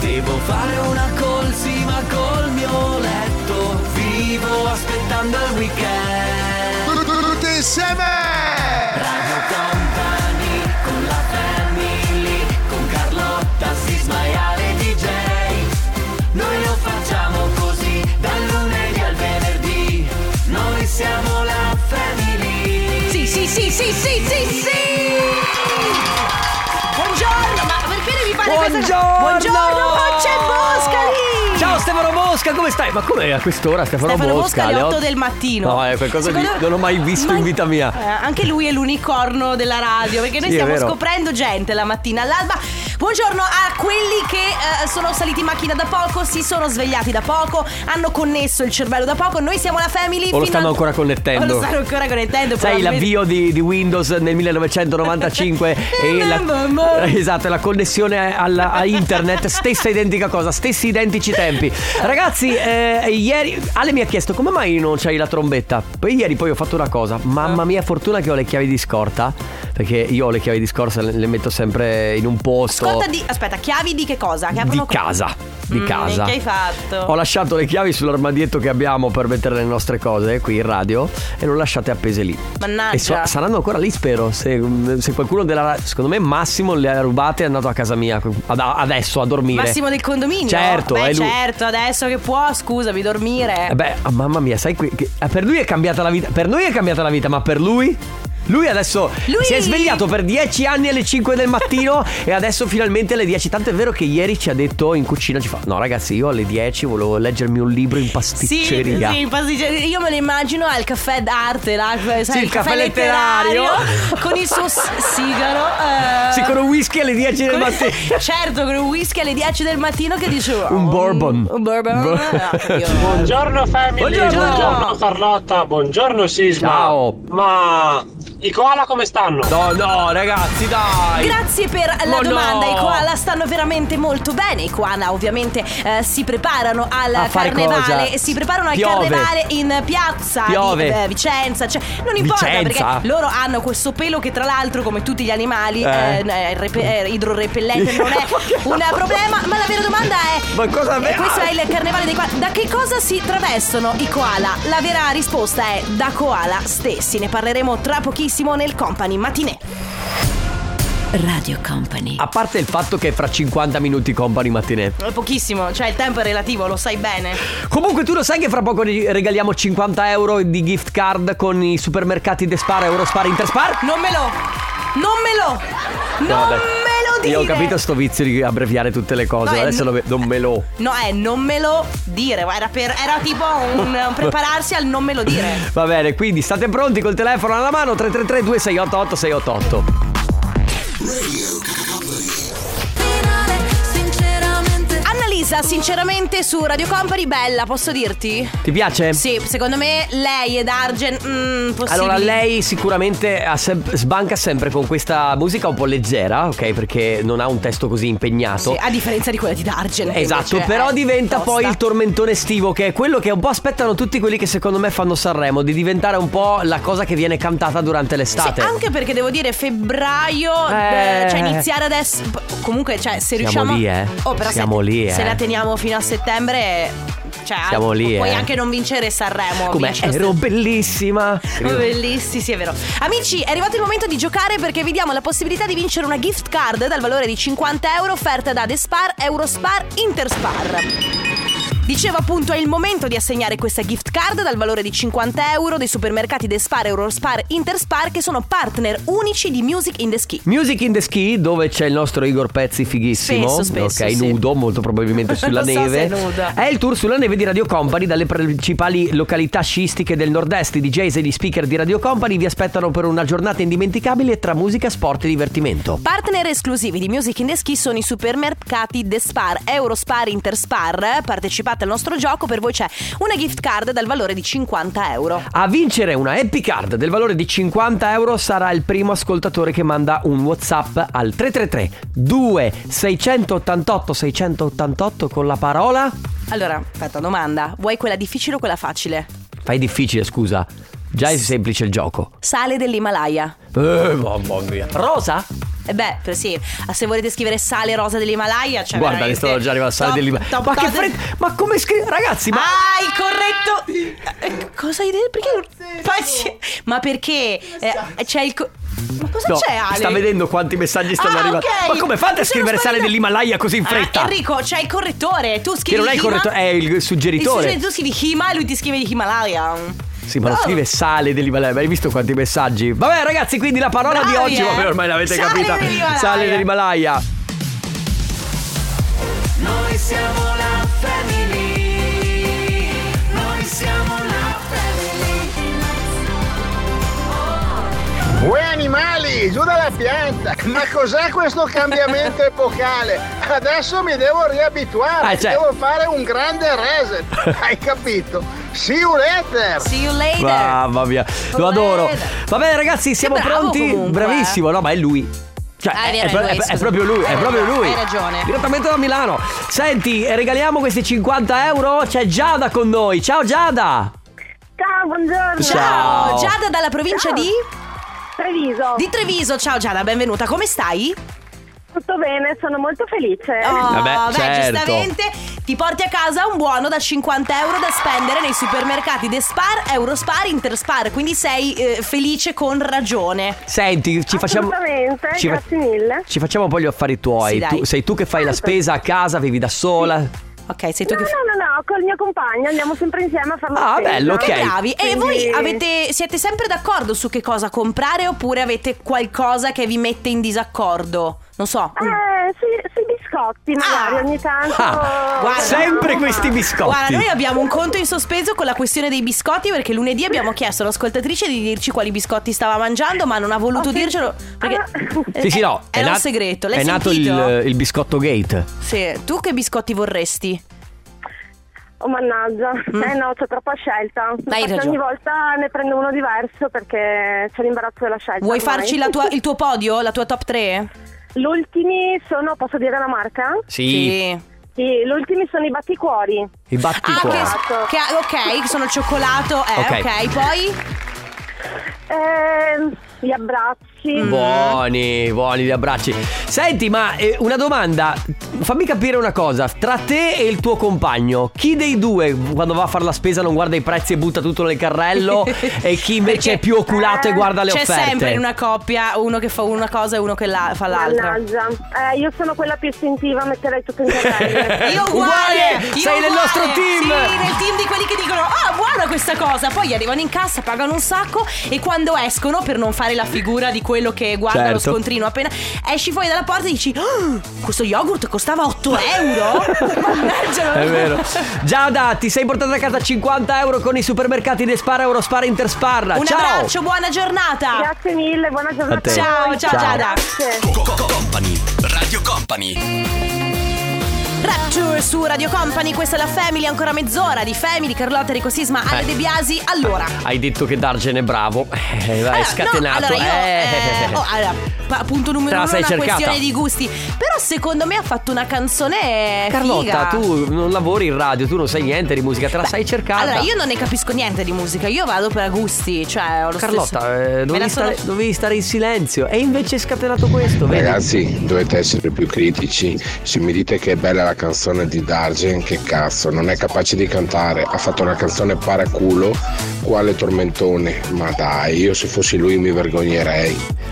[SPEAKER 15] Devo fare una colsima col mio letto. Vivo aspettando il weekend.
[SPEAKER 4] Tutti insieme!
[SPEAKER 15] Radio Company con la family, con Carlotta, Sisma e Ale DJ. Noi lo facciamo così, dal lunedì al venerdì. Noi siamo la family.
[SPEAKER 2] Sì, sì, sì, sì, sì, sì, sì! Buongiorno, ma perché devi fare questa
[SPEAKER 1] Buongiorno!
[SPEAKER 2] Buongiorno, Boccia e Boscali!
[SPEAKER 1] Ciao Stefano Bosca, come stai? Ma com'è a quest'ora Stefano,
[SPEAKER 2] Stefano Bosca
[SPEAKER 1] Bosca?
[SPEAKER 2] alle
[SPEAKER 1] Alle
[SPEAKER 2] 8
[SPEAKER 1] otto-
[SPEAKER 2] del mattino.
[SPEAKER 1] No, è qualcosa di...
[SPEAKER 2] Secondo-
[SPEAKER 1] non l'ho mai visto in vita mia.
[SPEAKER 2] Eh, anche lui è l'unicorno della radio perché noi
[SPEAKER 1] Sì, è
[SPEAKER 2] stiamo
[SPEAKER 1] vero.
[SPEAKER 2] scoprendo gente la mattina all'alba. Buongiorno a quelli che eh, sono saliti in macchina da poco, si sono svegliati da poco, hanno connesso il cervello da poco. Noi siamo la family.
[SPEAKER 1] O lo
[SPEAKER 2] fino
[SPEAKER 1] stanno
[SPEAKER 2] al-
[SPEAKER 1] ancora
[SPEAKER 2] O
[SPEAKER 1] connettendo?
[SPEAKER 2] lo stanno ancora connettendo.
[SPEAKER 1] Sai
[SPEAKER 2] probabilmente.
[SPEAKER 1] l'avvio di, di Windows nel 1995 e la, esatto, e la connessione alla- a internet, stessa identica cosa, stessi identici tempi. Ragazzi, eh, ieri Ale mi ha chiesto come mai non c'hai la trombetta. Poi ieri poi ho fatto una cosa,
[SPEAKER 2] Ah.
[SPEAKER 1] mamma mia fortuna che ho le chiavi di scorta, perché io ho le chiavi di scorta, le, le metto sempre in un posto
[SPEAKER 2] Ascolta di- Aspetta, chiavi di che cosa? Che
[SPEAKER 1] di
[SPEAKER 2] aprono cosa?
[SPEAKER 1] casa. Di
[SPEAKER 2] Mm,
[SPEAKER 1] casa.
[SPEAKER 2] Che hai fatto?
[SPEAKER 1] Ho lasciato le chiavi sull'armadietto che abbiamo per mettere le nostre cose qui in radio e le ho lasciate appese lì.
[SPEAKER 2] Mannaggia.
[SPEAKER 1] E so- saranno ancora lì, spero. Se, se qualcuno della. Secondo me, Massimo le ha rubate e è andato a casa mia ad- adesso a dormire.
[SPEAKER 2] Massimo del condominio?
[SPEAKER 1] Certo,
[SPEAKER 2] Beh,
[SPEAKER 1] è lui.
[SPEAKER 2] certo, adesso che può, scusami, dormire.
[SPEAKER 1] Eh beh, ah, mamma mia, sai qui. che- eh, per lui è cambiata la vita. Per noi è cambiata la vita, ma per lui. Lui adesso
[SPEAKER 2] Lui-
[SPEAKER 1] si è svegliato per 10 anni alle 5 del mattino e adesso finalmente alle 10. Tanto è vero che ieri ci ha detto in cucina, ci fa, no ragazzi io alle 10 volevo leggermi un libro in
[SPEAKER 2] Sì,
[SPEAKER 1] pasticceria.
[SPEAKER 2] sì, in pasticceria. Io me lo immagino al caffè d'arte, là, cioè, sai,
[SPEAKER 1] Sì, il caffè letterario.
[SPEAKER 2] con il suo s- sigaro. eh,
[SPEAKER 1] Sì, con un whisky alle 10 del
[SPEAKER 2] con-
[SPEAKER 1] mattino.
[SPEAKER 2] certo, con un whisky alle 10 del mattino che dice oh,
[SPEAKER 1] Un bourbon.
[SPEAKER 2] Un bourbon.
[SPEAKER 1] Bo-
[SPEAKER 2] Ah, io-
[SPEAKER 6] Buongiorno family,
[SPEAKER 1] Buongiorno.
[SPEAKER 6] buongiorno, Carlotta, buongiorno Sisma.
[SPEAKER 1] Ciao.
[SPEAKER 6] Ma i koala come stanno?
[SPEAKER 1] No, no, ragazzi, dai.
[SPEAKER 2] Grazie per la
[SPEAKER 1] Ma Oh, no.
[SPEAKER 2] domanda, i koala stanno veramente molto bene. I koala ovviamente eh, si preparano al
[SPEAKER 1] A fare
[SPEAKER 2] carnevale. eh,
[SPEAKER 1] cosa?
[SPEAKER 2] Si preparano al
[SPEAKER 1] Piove.
[SPEAKER 2] carnevale in piazza di
[SPEAKER 1] Piove.
[SPEAKER 2] eh, Vicenza. Cioè, non importa
[SPEAKER 1] Vicenza.
[SPEAKER 2] perché loro hanno questo pelo che, tra l'altro, come tutti gli animali,
[SPEAKER 1] Eh.
[SPEAKER 2] eh, eh, repe- eh, idrorepellente non è un problema. Ma la vera domanda è:
[SPEAKER 1] Ma cosa
[SPEAKER 2] eh,
[SPEAKER 1] ve-
[SPEAKER 2] questo è il carnevale dei koala. Da che cosa si travestono i koala? La vera risposta è da koala stessi. Ne parleremo tra pochissimo nel company matinee. Radio Company.
[SPEAKER 1] A parte il fatto che è fra 50 minuti company mattinè.
[SPEAKER 2] È pochissimo, cioè il tempo è relativo, lo sai bene.
[SPEAKER 1] Comunque tu lo sai che fra poco ri- regaliamo 50 euro di gift card con i supermercati Despar, Eurospar, Interspar?
[SPEAKER 2] Non me lo. Non me lo. Non
[SPEAKER 1] vabbè.
[SPEAKER 2] me lo dire.
[SPEAKER 1] Io ho capito sto vizio di abbreviare tutte le cose,
[SPEAKER 2] No, è-
[SPEAKER 1] adesso lo ve- non me lo...
[SPEAKER 2] No, eh, non me lo dire. Era, per, era tipo un, un prepararsi al non me lo dire.
[SPEAKER 1] Va bene, quindi state pronti col telefono alla mano 333 2688 688.
[SPEAKER 2] Annalisa, sinceramente, su Radio Company, bella, posso dirti?
[SPEAKER 1] Ti piace?
[SPEAKER 2] Sì, secondo me lei ed Argen. mm, possibili-
[SPEAKER 1] Allora, lei sicuramente ha sem- sbanca sempre con questa musica un po' leggera, ok? Perché non ha un testo così impegnato.
[SPEAKER 2] Sì, a differenza di quella di Dargen. che
[SPEAKER 1] Esatto,
[SPEAKER 2] Eh, invece
[SPEAKER 1] però
[SPEAKER 2] è
[SPEAKER 1] diventa
[SPEAKER 2] tosta.
[SPEAKER 1] poi il tormentone estivo, che è quello che un po' aspettano tutti quelli che secondo me fanno Sanremo, di diventare un po' la cosa che viene cantata durante l'estate.
[SPEAKER 2] Sì, anche perché devo dire febbraio,
[SPEAKER 1] Eh.
[SPEAKER 2] eh, cioè iniziare adesso. p- Comunque, cioè, se
[SPEAKER 1] Siamo
[SPEAKER 2] riusciamo.
[SPEAKER 1] lì, eh.
[SPEAKER 2] Oh, però se-
[SPEAKER 1] Siamo lì, eh.
[SPEAKER 2] Se la teniamo fino a settembre. Cioè,
[SPEAKER 1] Siamo lì,
[SPEAKER 2] puoi
[SPEAKER 1] eh.
[SPEAKER 2] anche non vincere Sanremo.
[SPEAKER 1] Come
[SPEAKER 2] vinci lo
[SPEAKER 1] ero bellissima.
[SPEAKER 2] stesso. Bellissimi, sì, è vero. Amici, è arrivato il momento di giocare perché vi diamo la possibilità di vincere una gift card dal valore di 50 euro offerta da Despar, Eurospar, Interspar. Dicevo appunto è il momento di assegnare questa gift card dal valore di 50 euro dei supermercati Despar, Eurospar, Interspar che sono partner unici di Music in the Ski.
[SPEAKER 1] Music in the Ski dove c'è il nostro Igor Pezzi fighissimo,
[SPEAKER 2] Spesso, spesso,
[SPEAKER 1] ok,
[SPEAKER 2] sì.
[SPEAKER 1] nudo, molto probabilmente sulla
[SPEAKER 2] Non so se
[SPEAKER 1] neve.
[SPEAKER 2] è nudo.
[SPEAKER 1] È il tour sulla neve di Radio Company dalle principali località sciistiche del nord-est. I DJs e gli speaker di Radio Company vi aspettano per una giornata indimenticabile tra musica, sport e divertimento.
[SPEAKER 2] Partner esclusivi di Music in the Ski sono i supermercati Despar, Eurospar, Interspar. Partecipate al nostro gioco, per voi c'è una gift card dal valore di 50 euro.
[SPEAKER 1] A vincere una Happy Card del valore di 50 euro sarà il primo ascoltatore che manda un WhatsApp al 333 2688 688 con la parola.
[SPEAKER 2] Allora, aspetta, domanda. Vuoi quella difficile o quella facile?
[SPEAKER 1] Fai difficile, scusa. Già è semplice il gioco.
[SPEAKER 2] Sale dell'Himalaya.
[SPEAKER 1] Eh, mamma mia. Rosa?
[SPEAKER 2] E beh, per- sì, ah, se volete scrivere sale rosa dell'Himalaya, cioè
[SPEAKER 1] Guarda, ne
[SPEAKER 2] veramente
[SPEAKER 1] stavo già arrivando a sale
[SPEAKER 2] top-
[SPEAKER 1] dell'Himalaya.
[SPEAKER 2] top
[SPEAKER 1] Ma che
[SPEAKER 2] top del-
[SPEAKER 1] fretta! Ma come scrive? Ragazzi, ma.
[SPEAKER 2] Ah, il corretto. Eh, Cosa hai detto? Perché? Pazzi- Ma perché? Eh, c'è il. co- Ma cosa
[SPEAKER 1] No,
[SPEAKER 2] c'è, Ale?
[SPEAKER 1] sta vedendo quanti messaggi stanno
[SPEAKER 2] Ah,
[SPEAKER 1] arrivando.
[SPEAKER 2] ok.
[SPEAKER 1] Ma come fate a
[SPEAKER 2] Mi sono
[SPEAKER 1] scrivere sale
[SPEAKER 2] sbagliata.
[SPEAKER 1] dell'Himalaya così in fretta?
[SPEAKER 2] Ah, Enrico, c'è il correttore. Tu scrivi.
[SPEAKER 1] che non è il
[SPEAKER 2] Hima-
[SPEAKER 1] corretto, è il
[SPEAKER 2] Il
[SPEAKER 1] suggeritore.
[SPEAKER 2] suggeritore, tu scrivi Hima e lui ti scrive di Himalaya.
[SPEAKER 1] Sì, ma lo
[SPEAKER 2] Oh.
[SPEAKER 1] scrive sale dell'Himalaya. Ma Hai visto quanti messaggi? Vabbè, ragazzi, quindi la parola di
[SPEAKER 2] Bravi,
[SPEAKER 1] oggi,
[SPEAKER 2] eh.
[SPEAKER 1] vabbè, ormai l'avete
[SPEAKER 2] Sale
[SPEAKER 1] capita.
[SPEAKER 2] dell'Himalaya.
[SPEAKER 1] Sale dell'Himalaya.
[SPEAKER 9] Noi siamo la family. Noi siamo la
[SPEAKER 10] Voi animali, giù dalla pianta! Ma cos'è questo cambiamento epocale? Adesso mi devo riabituare,
[SPEAKER 1] Ah, cioè-
[SPEAKER 10] devo fare un grande reset. Hai capito? See you later!
[SPEAKER 2] See you later!
[SPEAKER 1] Mamma mia, lo adoro. Va bene, ragazzi, siamo
[SPEAKER 2] bravo
[SPEAKER 1] pronti.
[SPEAKER 2] comunque, eh.
[SPEAKER 1] Bravissimo, no, ma è lui. Cioè,
[SPEAKER 2] Ah, è
[SPEAKER 1] è,
[SPEAKER 2] vero, è
[SPEAKER 1] pro-
[SPEAKER 2] lui,
[SPEAKER 1] è- è
[SPEAKER 2] scusa.
[SPEAKER 1] proprio lui, è
[SPEAKER 2] Hai
[SPEAKER 1] proprio
[SPEAKER 2] ragione,
[SPEAKER 1] lui.
[SPEAKER 2] hai ragione.
[SPEAKER 1] Direttamente da Milano. Senti, eh, regaliamo questi 50 euro. C'è Giada con noi. Ciao Giada.
[SPEAKER 3] Ciao, buongiorno.
[SPEAKER 1] Ciao. Ciao.
[SPEAKER 2] Giada dalla provincia di
[SPEAKER 3] Treviso.
[SPEAKER 2] Di Treviso. Ciao Giada, benvenuta. Come stai?
[SPEAKER 3] Tutto bene, sono molto felice.
[SPEAKER 2] Oh,
[SPEAKER 1] Vabbè,
[SPEAKER 2] beh,
[SPEAKER 1] certo.
[SPEAKER 2] giustamente ti porti a casa un buono da 50 euro da spendere nei supermercati Despar, Eurospar, Interspar. Quindi sei eh, felice con ragione.
[SPEAKER 1] Senti, ci facciamo.
[SPEAKER 3] Assolutamente,
[SPEAKER 1] ci fa-
[SPEAKER 3] grazie mille. Certo.
[SPEAKER 1] Ci facciamo poi gli affari tuoi.
[SPEAKER 2] Sì, dai.
[SPEAKER 1] Tu- sei tu che fai la spesa a casa, vivi da sola.
[SPEAKER 2] Ok, sei tu
[SPEAKER 3] No,
[SPEAKER 2] che
[SPEAKER 3] no, no, no, col mio compagno andiamo sempre insieme a fare la
[SPEAKER 1] Ah,
[SPEAKER 3] spesa.
[SPEAKER 1] bello, ok.
[SPEAKER 2] Che bravi. E
[SPEAKER 3] Quindi-
[SPEAKER 2] voi avete- siete sempre d'accordo su che cosa comprare oppure avete qualcosa che vi mette in disaccordo? Non so. un-
[SPEAKER 3] Eh, sì, sui biscotti magari
[SPEAKER 2] Ah.
[SPEAKER 3] ogni tanto. Ah.
[SPEAKER 1] Ah,
[SPEAKER 2] Guarda,
[SPEAKER 1] sempre questi biscotti.
[SPEAKER 2] Guarda, noi abbiamo un conto in sospeso con la questione dei biscotti perché lunedì abbiamo chiesto all'ascoltatrice di dirci quali biscotti stava mangiando, ma non ha
[SPEAKER 3] Ah,
[SPEAKER 2] voluto dircelo perché
[SPEAKER 1] Sì, sì, no.
[SPEAKER 2] era
[SPEAKER 1] è
[SPEAKER 2] un
[SPEAKER 1] nat-
[SPEAKER 2] segreto. L'hai
[SPEAKER 1] è nato
[SPEAKER 2] sentito?
[SPEAKER 1] il, il biscotto gate.
[SPEAKER 2] Sì, tu che biscotti vorresti?
[SPEAKER 3] Oh mannaggia, eh no, c'ho troppa scelta.
[SPEAKER 2] Mm. Hai
[SPEAKER 3] Infatti
[SPEAKER 2] ragione.
[SPEAKER 3] Ogni volta ne prendo uno diverso perché c'è l'imbarazzo della scelta.
[SPEAKER 2] Vuoi
[SPEAKER 3] ormai.
[SPEAKER 2] farci la tua- il tuo podio, la tua top 3?
[SPEAKER 3] Gli ultimi sono, posso dire la marca?
[SPEAKER 1] Sì.
[SPEAKER 3] Sì, gli ultimi sono i batticuori.
[SPEAKER 1] I batti
[SPEAKER 2] Ah,
[SPEAKER 1] cuore.
[SPEAKER 2] che, che, ok, sono il cioccolato, eh,
[SPEAKER 1] Ok.
[SPEAKER 2] ok, poi...
[SPEAKER 3] Ehm, gli abbracci.
[SPEAKER 2] Mm.
[SPEAKER 1] Buoni, buoni gli abbracci. Senti, ma eh, una domanda, fammi capire una cosa, tra te e il tuo compagno, chi dei due quando va a fare la spesa non guarda i prezzi e butta tutto nel carrello e chi invece è più oculato e guarda le
[SPEAKER 2] Eh, C'è
[SPEAKER 1] offerte?
[SPEAKER 2] sempre in una coppia uno che fa una cosa e uno che la- fa l'altra.
[SPEAKER 3] Mannaggia, eh, io sono quella più istintiva, metterei tutto in carrello.
[SPEAKER 2] Io
[SPEAKER 1] Uguale,
[SPEAKER 2] uguale, io
[SPEAKER 1] sei nel
[SPEAKER 2] uguale.
[SPEAKER 1] nostro team.
[SPEAKER 2] Sì, nel team di quelli che dicono Ah buona questa cosa Poi arrivano in cassa, pagano un sacco E quando escono per non fare la figura di quello che guarda lo
[SPEAKER 1] Certo.
[SPEAKER 2] scontrino Appena esci fuori dalla porta e dici "Ah, Questo yogurt costava 8 euro Mannaggia
[SPEAKER 1] È vero. Giada, ti sei portata a casa 50 euro con i supermercati di Spara, Eurospara, Intersparra.
[SPEAKER 2] Un
[SPEAKER 1] Ciao.
[SPEAKER 2] abbraccio, buona giornata
[SPEAKER 3] Grazie mille, buona
[SPEAKER 1] A te.
[SPEAKER 3] giornata.
[SPEAKER 2] Ciao, ciao,
[SPEAKER 1] Ciao.
[SPEAKER 2] Giada
[SPEAKER 11] Company, Radio Company.
[SPEAKER 2] Rapture su Radio Company Questa è la Family, ancora mezz'ora di Family Carlotta, Enrico Sisma, Ale
[SPEAKER 1] Eh.
[SPEAKER 2] De Biasi Allora
[SPEAKER 1] Hai detto che Dargen è bravo. Eh, vai,
[SPEAKER 2] Allora,
[SPEAKER 1] scatenato.
[SPEAKER 2] No, allora io,
[SPEAKER 1] Eh.
[SPEAKER 2] eh, oh, allora, pa- punto
[SPEAKER 1] Te
[SPEAKER 2] numero
[SPEAKER 1] la
[SPEAKER 2] uno è
[SPEAKER 1] sei
[SPEAKER 2] una
[SPEAKER 1] cercata.
[SPEAKER 2] questione di gusti. Però secondo me ha fatto una canzone
[SPEAKER 1] Carlotta,
[SPEAKER 2] figa.
[SPEAKER 1] tu non lavori in radio, tu non sai niente di musica, te la
[SPEAKER 2] Beh,
[SPEAKER 1] sai cercata.
[SPEAKER 2] Allora, io non ne capisco niente di musica, io vado per gusti, cioè ho lo stesso...
[SPEAKER 1] Carlotta, eh,
[SPEAKER 2] Me
[SPEAKER 1] dovevi,
[SPEAKER 2] la sono-
[SPEAKER 1] stare, dovevi stare in silenzio e invece è scatenato questo, vedi?
[SPEAKER 12] Ragazzi, dovete essere più critici. Se mi dite che è bella la canzone di Dargen, che cazzo, non è capace di cantare. Ha fatto una canzone paraculo, quale tormentone. Ma dai, io se fossi lui mi vergognerei.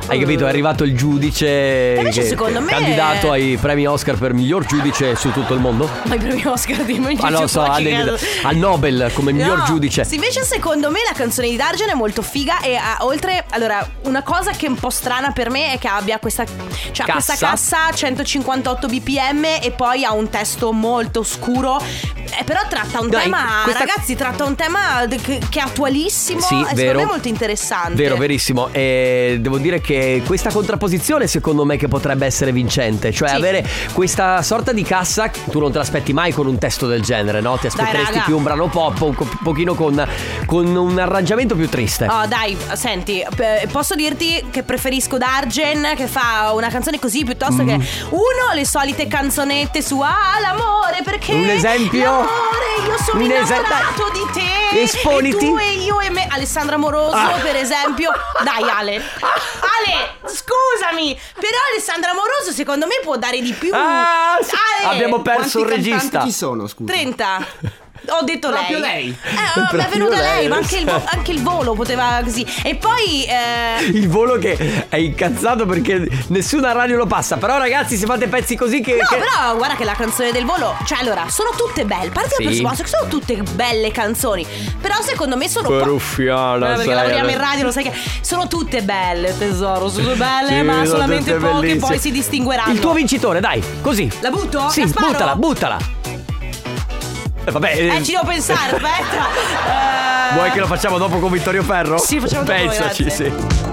[SPEAKER 1] Hai capito? È arrivato il giudice
[SPEAKER 2] Invece, secondo me-
[SPEAKER 1] candidato ai premi Oscar per miglior giudice su tutto il mondo.
[SPEAKER 2] Ma i premi Oscar di Maurizio
[SPEAKER 1] Ma Ah, non lo so,
[SPEAKER 2] Fuochi,
[SPEAKER 1] al,
[SPEAKER 2] credo.
[SPEAKER 1] al Nobel come miglior
[SPEAKER 2] No,
[SPEAKER 1] giudice.
[SPEAKER 2] sì, invece secondo me la canzone di Dargen è molto figa e ha- oltre, allora, una cosa che è un po' strana per me è che abbia questa cioè, ha
[SPEAKER 1] Cassa.
[SPEAKER 2] questa cassa 158 bpm e poi ha un testo molto oscuro. Eh, però tratta un
[SPEAKER 1] Dai,
[SPEAKER 2] tema,
[SPEAKER 1] questa-
[SPEAKER 2] ragazzi, tratta un tema d- che, che è attualissimo
[SPEAKER 1] Sì,
[SPEAKER 2] e eh, secondo
[SPEAKER 1] vero.
[SPEAKER 2] me è molto interessante.
[SPEAKER 1] Vero, verissimo. E devo dire che questa contrapposizione, secondo me, che potrebbe essere vincente. Cioè, avere questa sorta di cassa, tu non te l'aspetti mai con un testo del genere, no? Ti aspetteresti
[SPEAKER 2] raga.
[SPEAKER 1] più un brano pop, un co- pochino con, con un arrangiamento più triste.
[SPEAKER 2] Oh, dai, senti, p- posso dirti che preferisco Dargen che fa una canzone così piuttosto
[SPEAKER 1] Mm.
[SPEAKER 2] che uno le solite canzonette su Ah, l'amore perché
[SPEAKER 1] Un esempio?
[SPEAKER 2] L'amore, io sono
[SPEAKER 1] Un
[SPEAKER 2] innamorato
[SPEAKER 1] esempio?
[SPEAKER 2] di te.
[SPEAKER 1] Esponiti.
[SPEAKER 2] E tu e io e me Alessandra Moroso,
[SPEAKER 1] Ah.
[SPEAKER 2] per esempio. Dai, Ale. Ale, scusami, però Alessandra Moroso secondo me può dare di più.
[SPEAKER 1] Ah, sì. Abbiamo perso un regista.
[SPEAKER 13] scusa?
[SPEAKER 2] 30. Ho detto
[SPEAKER 13] Proprio
[SPEAKER 2] lei.
[SPEAKER 13] lei.
[SPEAKER 2] Eh, oh, è
[SPEAKER 1] Proprio
[SPEAKER 2] venuta lei,
[SPEAKER 1] lei,
[SPEAKER 2] ma anche il, vo- anche il volo poteva così. E poi. eh,
[SPEAKER 1] Il volo che è incazzato perché nessuna radio lo passa. Però, ragazzi, se fate pezzi così che.
[SPEAKER 2] No,
[SPEAKER 1] che-
[SPEAKER 2] però guarda che la canzone del volo, cioè allora, sono tutte belle. Partiamo
[SPEAKER 1] Sì.
[SPEAKER 2] dal presupposto che sono tutte belle canzoni. Però secondo me sono qua-
[SPEAKER 1] Ruffiana,
[SPEAKER 2] Eh, perché
[SPEAKER 1] sai,
[SPEAKER 2] lavoriamo in
[SPEAKER 1] adesso.
[SPEAKER 2] radio, lo sai che sono tutte belle, tesoro, sono belle,
[SPEAKER 1] Sì,
[SPEAKER 2] ma
[SPEAKER 1] sono
[SPEAKER 2] solamente
[SPEAKER 1] tutte
[SPEAKER 2] poche
[SPEAKER 1] bellissime.
[SPEAKER 2] poi si distingueranno.
[SPEAKER 1] Il tuo vincitore, dai, così.
[SPEAKER 2] La butto?
[SPEAKER 1] Sì,
[SPEAKER 2] La sparo?
[SPEAKER 1] buttala, buttala. Eh, vabbè,
[SPEAKER 2] Eh, ci devo pensare, aspetta. Eh,
[SPEAKER 1] Vuoi che lo facciamo dopo con Vittorio Ferro?
[SPEAKER 2] Sì, facciamo dopo,
[SPEAKER 1] Pensaci,
[SPEAKER 2] grazie.
[SPEAKER 1] sì.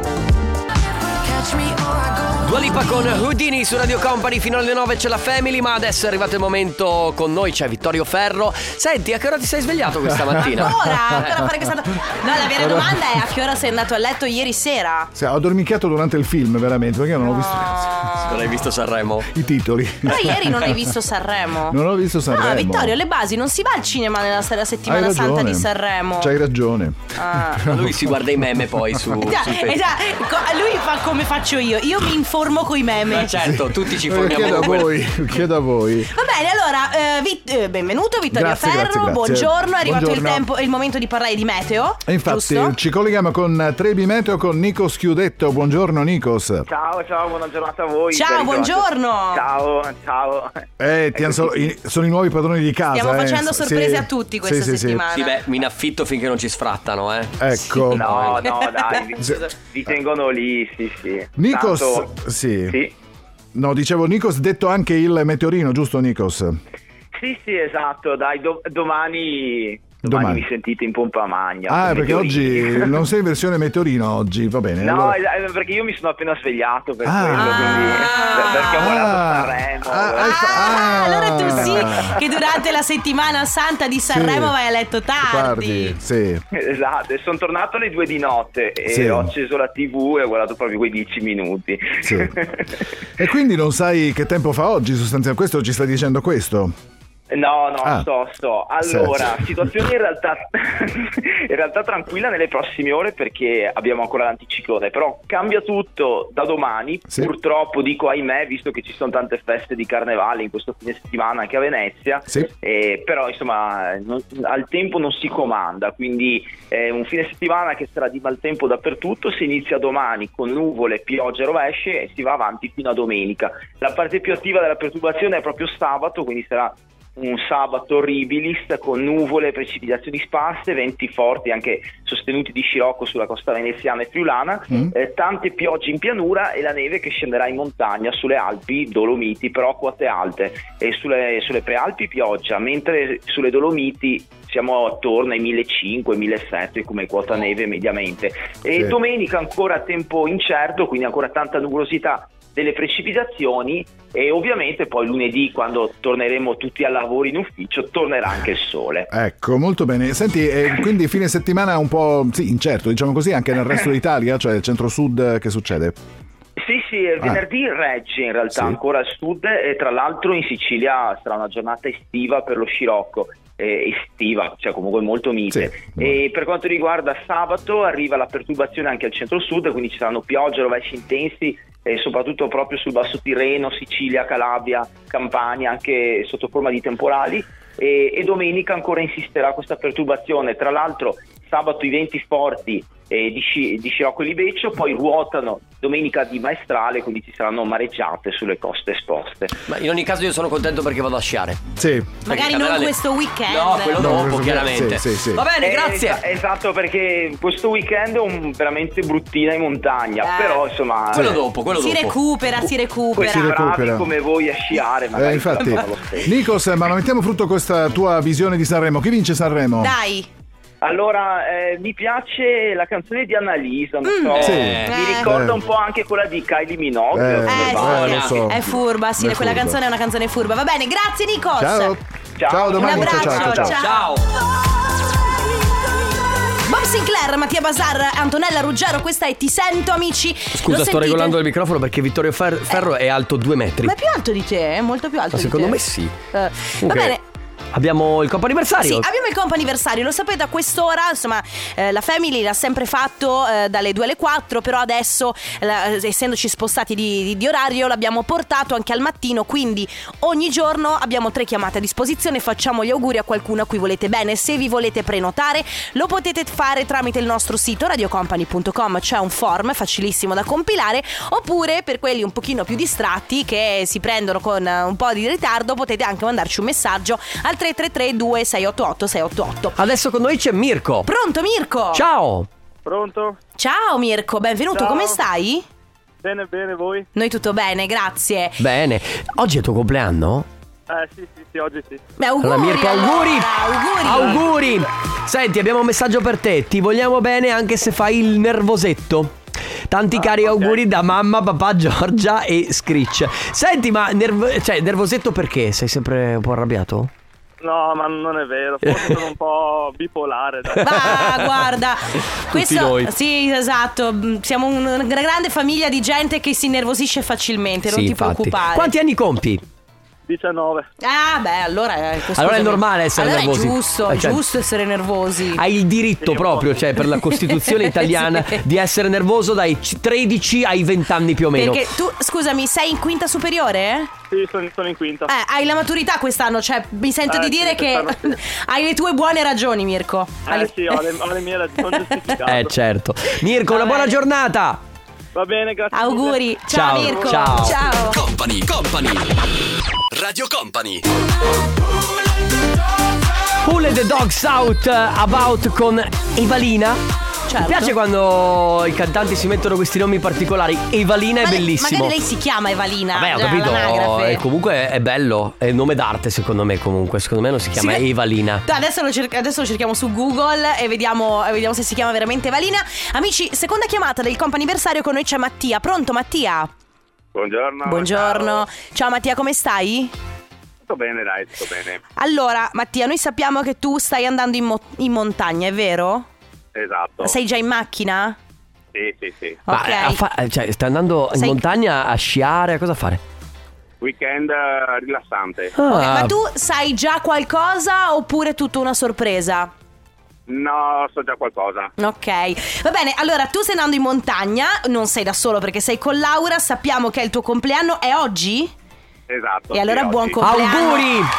[SPEAKER 1] Dua Lipa con Houdini su Radio Company fino alle 9 c'è la Family, ma adesso è arrivato il momento con noi c'è Vittorio Ferro. Senti, a che ora ti sei svegliato questa mattina?
[SPEAKER 2] Ancora, ancora
[SPEAKER 1] Eh.
[SPEAKER 2] fare questa No, la vera
[SPEAKER 13] Allora-
[SPEAKER 2] domanda è a che ora sei andato a letto ieri sera?
[SPEAKER 13] Cioè, ho dormicato durante il film, veramente, perché non ho visto
[SPEAKER 1] Non hai visto Sanremo?
[SPEAKER 13] i titoli.
[SPEAKER 2] Però ieri non hai visto Sanremo.
[SPEAKER 13] Non ho visto Sanremo.
[SPEAKER 2] Ah, Vittorio, le basi non si va al cinema nella se- la
[SPEAKER 13] Hai
[SPEAKER 2] settimana
[SPEAKER 13] ragione. Cioè,
[SPEAKER 2] santa di Sanremo.
[SPEAKER 13] C'hai ragione.
[SPEAKER 2] Ah.
[SPEAKER 1] Lui si guarda i meme poi su,
[SPEAKER 2] Già,
[SPEAKER 1] su Facebook.
[SPEAKER 2] eh già, co- lui fa come faccio io, io mi informo coi meme.
[SPEAKER 1] Ma certo, tutti ci forniamo
[SPEAKER 13] Eh, Chiedo a
[SPEAKER 1] con quel-
[SPEAKER 13] voi, chiedo a voi.
[SPEAKER 2] Va bene, allora, eh, Vit- eh, benvenuto Vittorio
[SPEAKER 13] Grazie,
[SPEAKER 2] Ferro,
[SPEAKER 13] grazie, grazie.
[SPEAKER 2] buongiorno, è arrivato il,
[SPEAKER 13] Buongiorno.
[SPEAKER 2] tempo, il momento di parlare di meteo.
[SPEAKER 13] E infatti
[SPEAKER 2] giusto?
[SPEAKER 13] ci colleghiamo con Trebi Meteo con Nikos Chiudetto. Buongiorno Nikos.
[SPEAKER 14] Ciao, ciao, buona giornata a voi.
[SPEAKER 2] Ciao,
[SPEAKER 14] Ben ritrovati.
[SPEAKER 2] buongiorno.
[SPEAKER 14] Ciao, ciao.
[SPEAKER 13] Eh, ti han solo- i- sono i nuovi padroni di casa.
[SPEAKER 2] Stiamo
[SPEAKER 13] eh.
[SPEAKER 2] facendo
[SPEAKER 13] Sì.
[SPEAKER 2] sorprese a tutti questa
[SPEAKER 13] Sì, sì, sì.
[SPEAKER 2] settimana.
[SPEAKER 1] Sì, beh, mi in affitto finché non ci sfrattano, eh.
[SPEAKER 13] Ecco.
[SPEAKER 14] No, no, dai, vi, vi tengono lì, sì, sì.
[SPEAKER 13] Nikos,
[SPEAKER 14] Tanto-
[SPEAKER 13] sì. No, dicevo Nikos, detto anche il meteorino, giusto Nikos?
[SPEAKER 14] Sì, sì, esatto, dai, do- domani, domani
[SPEAKER 13] Domani.
[SPEAKER 14] mi sentite in pompa magna.
[SPEAKER 13] Ah,
[SPEAKER 14] con i
[SPEAKER 13] perché
[SPEAKER 14] meteoriti.
[SPEAKER 13] oggi non sei in versione meteorino oggi, va bene.
[SPEAKER 14] No,
[SPEAKER 13] allora-
[SPEAKER 14] eh, perché io mi sono appena svegliato per
[SPEAKER 13] Ah.
[SPEAKER 14] quello, quindi... cioè, Perché ho volato Sanremo.
[SPEAKER 13] Eh,
[SPEAKER 14] eh.
[SPEAKER 2] Ah, allora tu
[SPEAKER 13] Ah.
[SPEAKER 2] sì, che durante la settimana santa di Sanremo vai a letto tardi.
[SPEAKER 13] sì.
[SPEAKER 14] Esatto, e sono tornato alle due di notte e
[SPEAKER 13] Sì.
[SPEAKER 14] ho acceso la tv e ho guardato proprio quei dieci minuti.
[SPEAKER 13] Sì. E quindi non sai che tempo fa oggi, sostanzialmente questo ci sta dicendo questo.
[SPEAKER 14] No, no,
[SPEAKER 13] Ah.
[SPEAKER 14] sto, sto. Allora,
[SPEAKER 13] Sì.
[SPEAKER 14] situazione in realtà, in realtà tranquilla nelle prossime ore perché abbiamo ancora l'anticiclone, però cambia tutto da domani.
[SPEAKER 13] Sì.
[SPEAKER 14] Purtroppo, dico ahimè, visto che ci sono tante feste di carnevale in questo fine settimana anche a Venezia,
[SPEAKER 13] Sì.
[SPEAKER 14] eh, però insomma non- al tempo non si comanda, quindi è un fine settimana che sarà di maltempo dappertutto, si inizia domani con nuvole, piogge e rovesce e si va avanti fino a domenica. La parte più attiva della perturbazione è proprio sabato, quindi sarà un sabato orribilis con nuvole, precipitazioni sparse, venti forti anche sostenuti di scirocco sulla costa veneziana e friulana,
[SPEAKER 13] Mm.
[SPEAKER 14] eh, tante piogge in pianura e la neve che scenderà in montagna sulle Alpi, Dolomiti, però a quote alte e sulle, sulle prealpi pioggia, mentre sulle Dolomiti siamo attorno ai 1500-1700 come quota neve mediamente. E
[SPEAKER 13] Sì.
[SPEAKER 14] domenica ancora tempo incerto, quindi ancora tanta nuvolosità delle precipitazioni e ovviamente poi lunedì quando torneremo tutti al lavoro in ufficio tornerà anche il sole.
[SPEAKER 13] Ecco, molto bene. Senti, eh, quindi fine settimana un po' sì, incerto, diciamo così, anche nel resto d'Italia, cioè centro-sud, eh, che succede?
[SPEAKER 14] Sì, sì, il venerdì regge in realtà ancora al sud e tra l'altro in Sicilia sarà una giornata estiva per lo scirocco, eh, estiva, cioè comunque molto mite. E per quanto riguarda sabato arriva la perturbazione anche al centro-sud, quindi ci saranno piogge, rovesci intensi e soprattutto proprio sul basso Tirreno, Sicilia, Calabria, Campania, anche sotto forma di temporali. E, e domenica ancora insisterà questa perturbazione. Tra l'altro sabato i venti forti eh, di, sci- di Scirocco e Libeccio, poi ruotano domenica di maestrale, quindi ci saranno mareggiate sulle coste esposte.
[SPEAKER 1] Ma in ogni caso io sono contento perché vado a sciare.
[SPEAKER 13] Sì.
[SPEAKER 2] Magari
[SPEAKER 1] Perché
[SPEAKER 2] non
[SPEAKER 1] Camerale-
[SPEAKER 2] questo weekend.
[SPEAKER 1] No, quello
[SPEAKER 13] No,
[SPEAKER 1] dopo,
[SPEAKER 13] questo-
[SPEAKER 1] chiaramente.
[SPEAKER 13] sì, sì, sì.
[SPEAKER 1] Va bene,
[SPEAKER 14] Eh,
[SPEAKER 1] grazie.
[SPEAKER 14] es- esatto, perché questo weekend è un veramente bruttina in montagna,
[SPEAKER 2] Eh.
[SPEAKER 14] però insomma...
[SPEAKER 1] Quello dopo, quello
[SPEAKER 2] si recupera, si recupera.
[SPEAKER 13] Si
[SPEAKER 14] bravi
[SPEAKER 13] recupera.
[SPEAKER 14] come voi a sciare,
[SPEAKER 13] Eh,
[SPEAKER 14] magari
[SPEAKER 13] infatti,
[SPEAKER 14] facciamo lo stesso.
[SPEAKER 13] Nikos, ma non mettiamo frutto questa tua visione di Sanremo. Chi vince Sanremo?
[SPEAKER 2] Dai.
[SPEAKER 14] Allora, eh, mi piace la canzone di Annalisa, non so,
[SPEAKER 13] Mm. Sì.
[SPEAKER 14] mi
[SPEAKER 13] Eh.
[SPEAKER 14] ricorda
[SPEAKER 13] Eh.
[SPEAKER 14] un po' anche quella di Kylie Minogue.
[SPEAKER 13] Eh,
[SPEAKER 14] come
[SPEAKER 13] eh,
[SPEAKER 14] va.
[SPEAKER 13] sì, lo so.
[SPEAKER 2] È furba, sì,
[SPEAKER 13] È
[SPEAKER 2] quella
[SPEAKER 13] furba.
[SPEAKER 2] canzone è una canzone furba. Va bene, grazie Nikos.
[SPEAKER 13] Ciao. Ciao,
[SPEAKER 2] Un
[SPEAKER 13] domani.
[SPEAKER 2] abbraccio,
[SPEAKER 13] ciao, ciao.
[SPEAKER 2] ciao. Bob Sinclair, Mattia Bazar, Antonella Ruggero, questa è Ti sento amici. Lo
[SPEAKER 1] Scusa, sto
[SPEAKER 2] sentite? Eh.
[SPEAKER 1] regolando il microfono perché Vittorio Fer- Ferro è alto due metri.
[SPEAKER 2] Ma è più alto di te, è molto più alto
[SPEAKER 1] Ma
[SPEAKER 2] di
[SPEAKER 1] secondo
[SPEAKER 2] te.
[SPEAKER 1] me sì.
[SPEAKER 2] Eh, Va
[SPEAKER 1] Comunque,
[SPEAKER 2] bene,
[SPEAKER 1] Abbiamo il compo anniversario.
[SPEAKER 2] Sì, ah. abbiamo il compo anniversario, lo sapete a quest'ora, insomma, eh, la Family l'ha sempre fatto eh, dalle 2 alle 4, però adesso, la- eh, essendoci spostati di, di- di orario, l'abbiamo portato anche al mattino, quindi ogni giorno abbiamo tre chiamate a disposizione, facciamo gli auguri a qualcuno a cui volete bene, se vi volete prenotare lo potete fare tramite il nostro sito radiocompany.com, c'è un form facilissimo da compilare, oppure per quelli un pochino più distratti che si prendono con eh, un po' di ritardo potete anche mandarci un messaggio al 333 2688 688.
[SPEAKER 1] Adesso con noi c'è Mirko.
[SPEAKER 2] Pronto Mirko?
[SPEAKER 1] Ciao.
[SPEAKER 8] Pronto?
[SPEAKER 2] Ciao Mirko, benvenuto,
[SPEAKER 8] Ciao.
[SPEAKER 2] come stai?
[SPEAKER 8] Bene, bene, voi?
[SPEAKER 2] Noi tutto bene, grazie.
[SPEAKER 1] Bene. Oggi è il tuo compleanno?
[SPEAKER 8] Eh sì, sì, sì, oggi sì.
[SPEAKER 2] Beh, auguri,
[SPEAKER 1] allora Mirko, auguri.
[SPEAKER 2] allora, auguri.
[SPEAKER 1] Auguri. Senti, abbiamo un messaggio per te. Ti vogliamo bene anche se fai il nervosetto.
[SPEAKER 2] Ah,
[SPEAKER 1] Tanti cari auguri da mamma, papà, Giorgia e Screech. Senti, ma nerv- cioè, nervosetto perché? Sei sempre un po' arrabbiato?
[SPEAKER 8] No, ma non è vero, forse sono un po' bipolare. dai.
[SPEAKER 2] Ah, guarda, questo
[SPEAKER 8] noi.
[SPEAKER 2] sì, esatto. mm, Siamo un- una grande famiglia di gente che si innervosisce facilmente, non
[SPEAKER 1] sì,
[SPEAKER 2] ti
[SPEAKER 1] infatti.
[SPEAKER 2] preoccupare.
[SPEAKER 1] Quanti anni compi?
[SPEAKER 8] 19.
[SPEAKER 2] Ah, beh, allora eh, scusami.
[SPEAKER 1] Allora è normale essere
[SPEAKER 2] Allora
[SPEAKER 1] nervosi.
[SPEAKER 2] È giusto,
[SPEAKER 1] Eh,
[SPEAKER 2] è
[SPEAKER 1] cioè-
[SPEAKER 2] giusto essere nervosi.
[SPEAKER 1] Hai il diritto proprio, cioè per la Costituzione italiana,
[SPEAKER 2] Sì.
[SPEAKER 1] di essere nervoso dai c- 13 ai 20 anni più o meno.
[SPEAKER 2] Perché tu, scusami, sei in quinta superiore?
[SPEAKER 8] Sì, sono, sono in quinta.
[SPEAKER 2] Eh, hai la maturità quest'anno, cioè mi sento
[SPEAKER 8] Eh,
[SPEAKER 2] di
[SPEAKER 8] sì,
[SPEAKER 2] dire che
[SPEAKER 8] quest'anno
[SPEAKER 2] hai le tue buone ragioni, Mirko. Hai
[SPEAKER 8] Eh
[SPEAKER 2] le-
[SPEAKER 8] sì, ho le, ho le mie ragioni giustificate.
[SPEAKER 1] Eh certo. Mirko, una buona giornata.
[SPEAKER 8] Va bene, grazie.
[SPEAKER 2] Auguri, ciao,
[SPEAKER 1] Ciao,
[SPEAKER 2] Mirko.
[SPEAKER 1] ciao.
[SPEAKER 2] ciao.
[SPEAKER 11] Company, company. Radio Company.
[SPEAKER 1] Pull the dogs out eh, about con Evalina.
[SPEAKER 2] Certo.
[SPEAKER 1] Mi piace quando i cantanti si mettono questi nomi particolari. Evalina è
[SPEAKER 2] Ma-
[SPEAKER 1] bellissimo.
[SPEAKER 2] Magari lei si chiama Evalina.
[SPEAKER 1] Vabbè, ho
[SPEAKER 2] cioè,
[SPEAKER 1] capito.
[SPEAKER 2] all'anagrafe.
[SPEAKER 1] eh, comunque è bello. È un nome d'arte, secondo me. Comunque, secondo me non si chiama
[SPEAKER 2] Sì.
[SPEAKER 1] Evalina.
[SPEAKER 2] Adesso lo, cerca- adesso lo cerchiamo su Google e vediamo, e vediamo se si chiama veramente Valina. Amici, seconda chiamata del comp'anniversario con noi c'è Mattia. Pronto Mattia?
[SPEAKER 17] Buongiorno.
[SPEAKER 2] Buongiorno. Ciao Mattia, come stai?
[SPEAKER 17] Tutto bene, dai, tutto bene.
[SPEAKER 2] Allora, Mattia, noi sappiamo che tu stai andando in, mo- in montagna, è vero?
[SPEAKER 17] Esatto.
[SPEAKER 2] Sei già in macchina?
[SPEAKER 17] Sì, sì, sì.
[SPEAKER 1] Ma
[SPEAKER 2] Ok.
[SPEAKER 1] eh, Certo. a fa- eh, cioè, stai andando in
[SPEAKER 2] Sei-
[SPEAKER 1] montagna a sciare, a cosa fare?
[SPEAKER 17] Weekend eh, rilassante.
[SPEAKER 2] Ok,
[SPEAKER 1] Ah,
[SPEAKER 2] ma tu sai già qualcosa oppure tutta una sorpresa?
[SPEAKER 17] No, so già qualcosa.
[SPEAKER 2] Ok, va bene, allora tu stai andando in montagna, non sei da solo perché sei con Laura, sappiamo che il tuo compleanno è oggi?
[SPEAKER 17] Esatto.
[SPEAKER 2] E allora
[SPEAKER 17] sì,
[SPEAKER 2] buon
[SPEAKER 17] oggi.
[SPEAKER 2] compleanno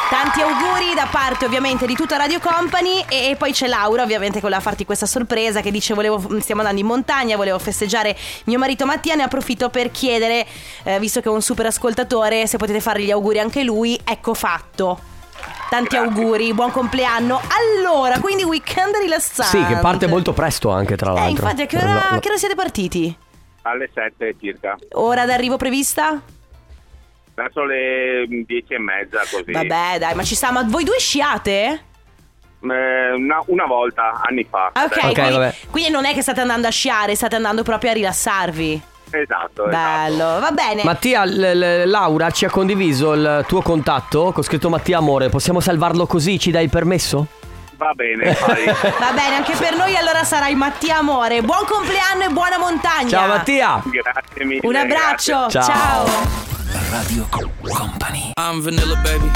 [SPEAKER 2] Tanti auguri da parte ovviamente di tutta Radio Company E, e poi c'è Laura ovviamente che voleva farti questa sorpresa Che dice volevo, mm, stiamo andando in montagna Volevo festeggiare mio marito Mattia Ne approfitto per chiedere eh, Visto che è un super ascoltatore Se potete fare gli auguri anche lui Ecco fatto Tanti auguri, buon compleanno Allora, quindi weekend rilassante
[SPEAKER 1] Sì, che parte molto presto anche, tra
[SPEAKER 2] Eh,
[SPEAKER 1] l'altro.
[SPEAKER 2] infatti, a che ora,
[SPEAKER 1] No, no.
[SPEAKER 2] a che ora siete partiti?
[SPEAKER 17] Alle 7 circa.
[SPEAKER 2] Ora d'arrivo prevista?
[SPEAKER 17] Verso le 10 e mezza così.
[SPEAKER 2] Vabbè, dai, ma ci sta. Ma voi due sciate?
[SPEAKER 17] Eh, una, una volta, anni fa.
[SPEAKER 2] Ah, Ok,
[SPEAKER 17] Adesso-
[SPEAKER 2] quindi, quindi non è che state andando a sciare, state andando proprio a rilassarvi.
[SPEAKER 14] Eh,
[SPEAKER 17] Esatto,
[SPEAKER 2] Bello, va bene.
[SPEAKER 1] Mattia, l- l- Laura ci ha condiviso il tuo contatto con scritto Mattia Amore, possiamo salvarlo così? Ci dai il permesso?
[SPEAKER 17] va bene, fai.
[SPEAKER 2] Va bene, anche per noi allora sarai Mattia Amore. Buon compleanno e buona montagna.
[SPEAKER 1] Ciao Mattia!
[SPEAKER 17] Grazie mille.
[SPEAKER 2] Un abbraccio.
[SPEAKER 1] grazie. Ciao.
[SPEAKER 2] Ciao.
[SPEAKER 11] Radio Company. I'm vanilla baby.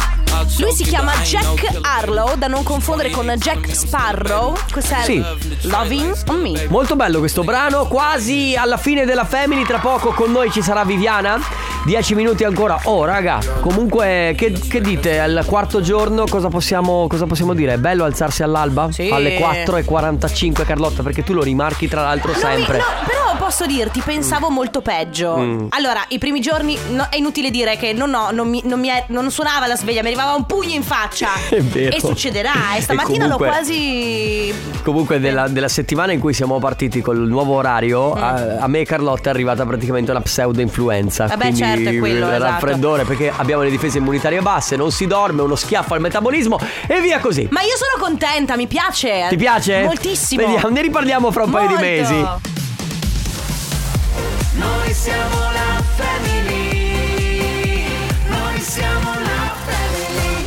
[SPEAKER 2] Lui si chiama Jack Harlow, da non confondere con Jack Sparrow. Cos'è?
[SPEAKER 1] Sì.
[SPEAKER 2] Loving on Me.
[SPEAKER 1] Molto bello questo brano, quasi alla fine della Family, tra poco con noi ci sarà Viviana. 10 minuti ancora. Oh, raga, comunque che, che dite? Al quarto giorno cosa possiamo, cosa possiamo dire? È bello alzarsi all'alba?
[SPEAKER 2] Sì.
[SPEAKER 1] Alle 4.45 Carlotta, perché tu lo rimarchi tra l'altro
[SPEAKER 2] No, mi-
[SPEAKER 1] sempre.
[SPEAKER 2] no, però posso dirti, pensavo molto peggio.
[SPEAKER 1] Mm.
[SPEAKER 2] Allora, i primi giorni no, è inutile dire che non, ho- non mi, non mi è- non suonava la sveglia, mi arrivava un pugno in faccia.
[SPEAKER 1] È vero.
[SPEAKER 2] E succederà.
[SPEAKER 1] E
[SPEAKER 2] E stamattina
[SPEAKER 1] comunque-
[SPEAKER 2] l'ho quasi.
[SPEAKER 1] Comunque della, della settimana in cui siamo partiti col nuovo
[SPEAKER 2] Mm.
[SPEAKER 1] orario a, a me e Carlotta è arrivata praticamente una pseudo influenza
[SPEAKER 2] Vabbè, certo, è quello,
[SPEAKER 1] il
[SPEAKER 2] esatto.
[SPEAKER 1] raffreddore perché abbiamo le difese immunitarie basse non si dorme uno schiaffo al metabolismo e via così
[SPEAKER 2] Ma io sono contenta, mi piace.
[SPEAKER 1] ti piace?
[SPEAKER 2] Eh, Moltissimo.
[SPEAKER 1] Vediamo, ne riparliamo fra un paio di
[SPEAKER 2] Molto. Eh,
[SPEAKER 1] mesi
[SPEAKER 9] Noi siamo la family. Noi siamo la family.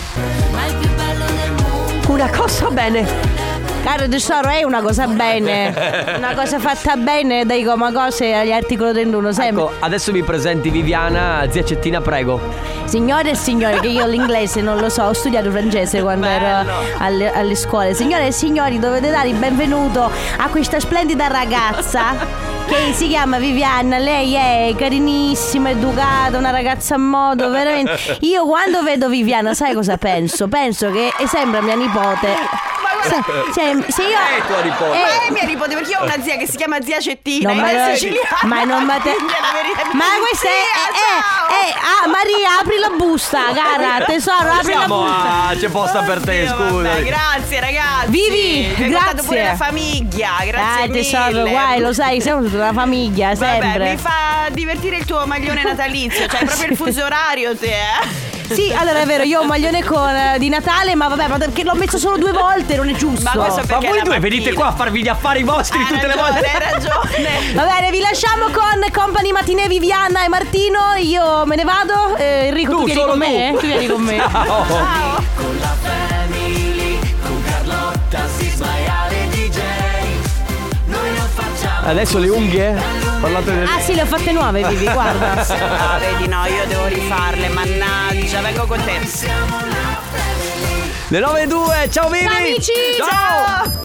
[SPEAKER 9] Ma il più bello del mondo.
[SPEAKER 2] Una cosa bene. Caro tesoro, è una cosa bene. Una cosa fatta bene dai comacose agli articoli 31, sempre.
[SPEAKER 1] Ecco, adesso mi presenti Viviana zia Cettina prego
[SPEAKER 2] Signore e signori, che io l'inglese non lo so, ho studiato francese quando ero alle, alle scuole. Signore e signori, dovete dare il benvenuto a questa splendida ragazza che si chiama Viviana. Lei è carinissima, educata, una ragazza a modo, veramente. Io quando vedo Viviana, sai cosa penso? Penso che sembra mia nipote. Se, se- se io
[SPEAKER 1] È tua nipote.
[SPEAKER 2] Eh,
[SPEAKER 18] mia nipote, perché io ho una zia che si chiama zia Cettina,
[SPEAKER 2] No,
[SPEAKER 18] ma
[SPEAKER 2] ma-
[SPEAKER 18] è siciliana.
[SPEAKER 2] ma non ma te-
[SPEAKER 18] Quindi è la verità.
[SPEAKER 2] ma questa è,
[SPEAKER 18] Zia,
[SPEAKER 2] è- è- è- ah, Maria apri la busta cara tesoro apri
[SPEAKER 1] Siamo
[SPEAKER 2] la busta Eh,
[SPEAKER 1] a... c'è posta per te
[SPEAKER 18] Vabbè,
[SPEAKER 1] scusa
[SPEAKER 18] grazie ragazzi.
[SPEAKER 2] Vivi,
[SPEAKER 18] Mi hai portato
[SPEAKER 2] grazie.
[SPEAKER 18] pure la famiglia, grazie
[SPEAKER 2] Ah, tesoro,
[SPEAKER 18] mille.
[SPEAKER 2] guai, lo sai, siamo tutta una famiglia,
[SPEAKER 18] Vabbè,
[SPEAKER 2] sempre.
[SPEAKER 18] mi fa divertire il tuo maglione natalizio, cioè proprio il fuso orario te. eh.
[SPEAKER 2] Sì, allora è vero, io ho un maglione con, eh, di Natale, ma vabbè, ma perché l'ho messo solo due volte, non è giusto.
[SPEAKER 18] Ma questo
[SPEAKER 1] ma
[SPEAKER 18] perché
[SPEAKER 1] voi
[SPEAKER 18] la
[SPEAKER 1] due venite qua a farvi gli affari vostri
[SPEAKER 18] Hai
[SPEAKER 1] tutte
[SPEAKER 18] ragione,
[SPEAKER 1] le volte
[SPEAKER 18] Hai ragione.
[SPEAKER 2] Va bene, vi lasciamo con Company Matinee Viviana e Martino. Io me ne vado. Eh, Enrico, tu, vieni
[SPEAKER 1] solo
[SPEAKER 2] con me? eh?
[SPEAKER 1] tu.
[SPEAKER 2] Tu vieni con me.
[SPEAKER 1] Ciao.
[SPEAKER 9] Con la family. Con Carlotta, Sisma e Ale DJ. Noi lo facciamo.
[SPEAKER 1] Adesso le unghie? Parlate del...
[SPEAKER 2] Ah, sì, le ho fatte nuove, Vivi, guarda.
[SPEAKER 18] Ah, vedi no, io devo rifarle, mannaggia, vengo con te.
[SPEAKER 1] Le 9 e 2, ciao Vivi!
[SPEAKER 2] Ciao, amici, ciao.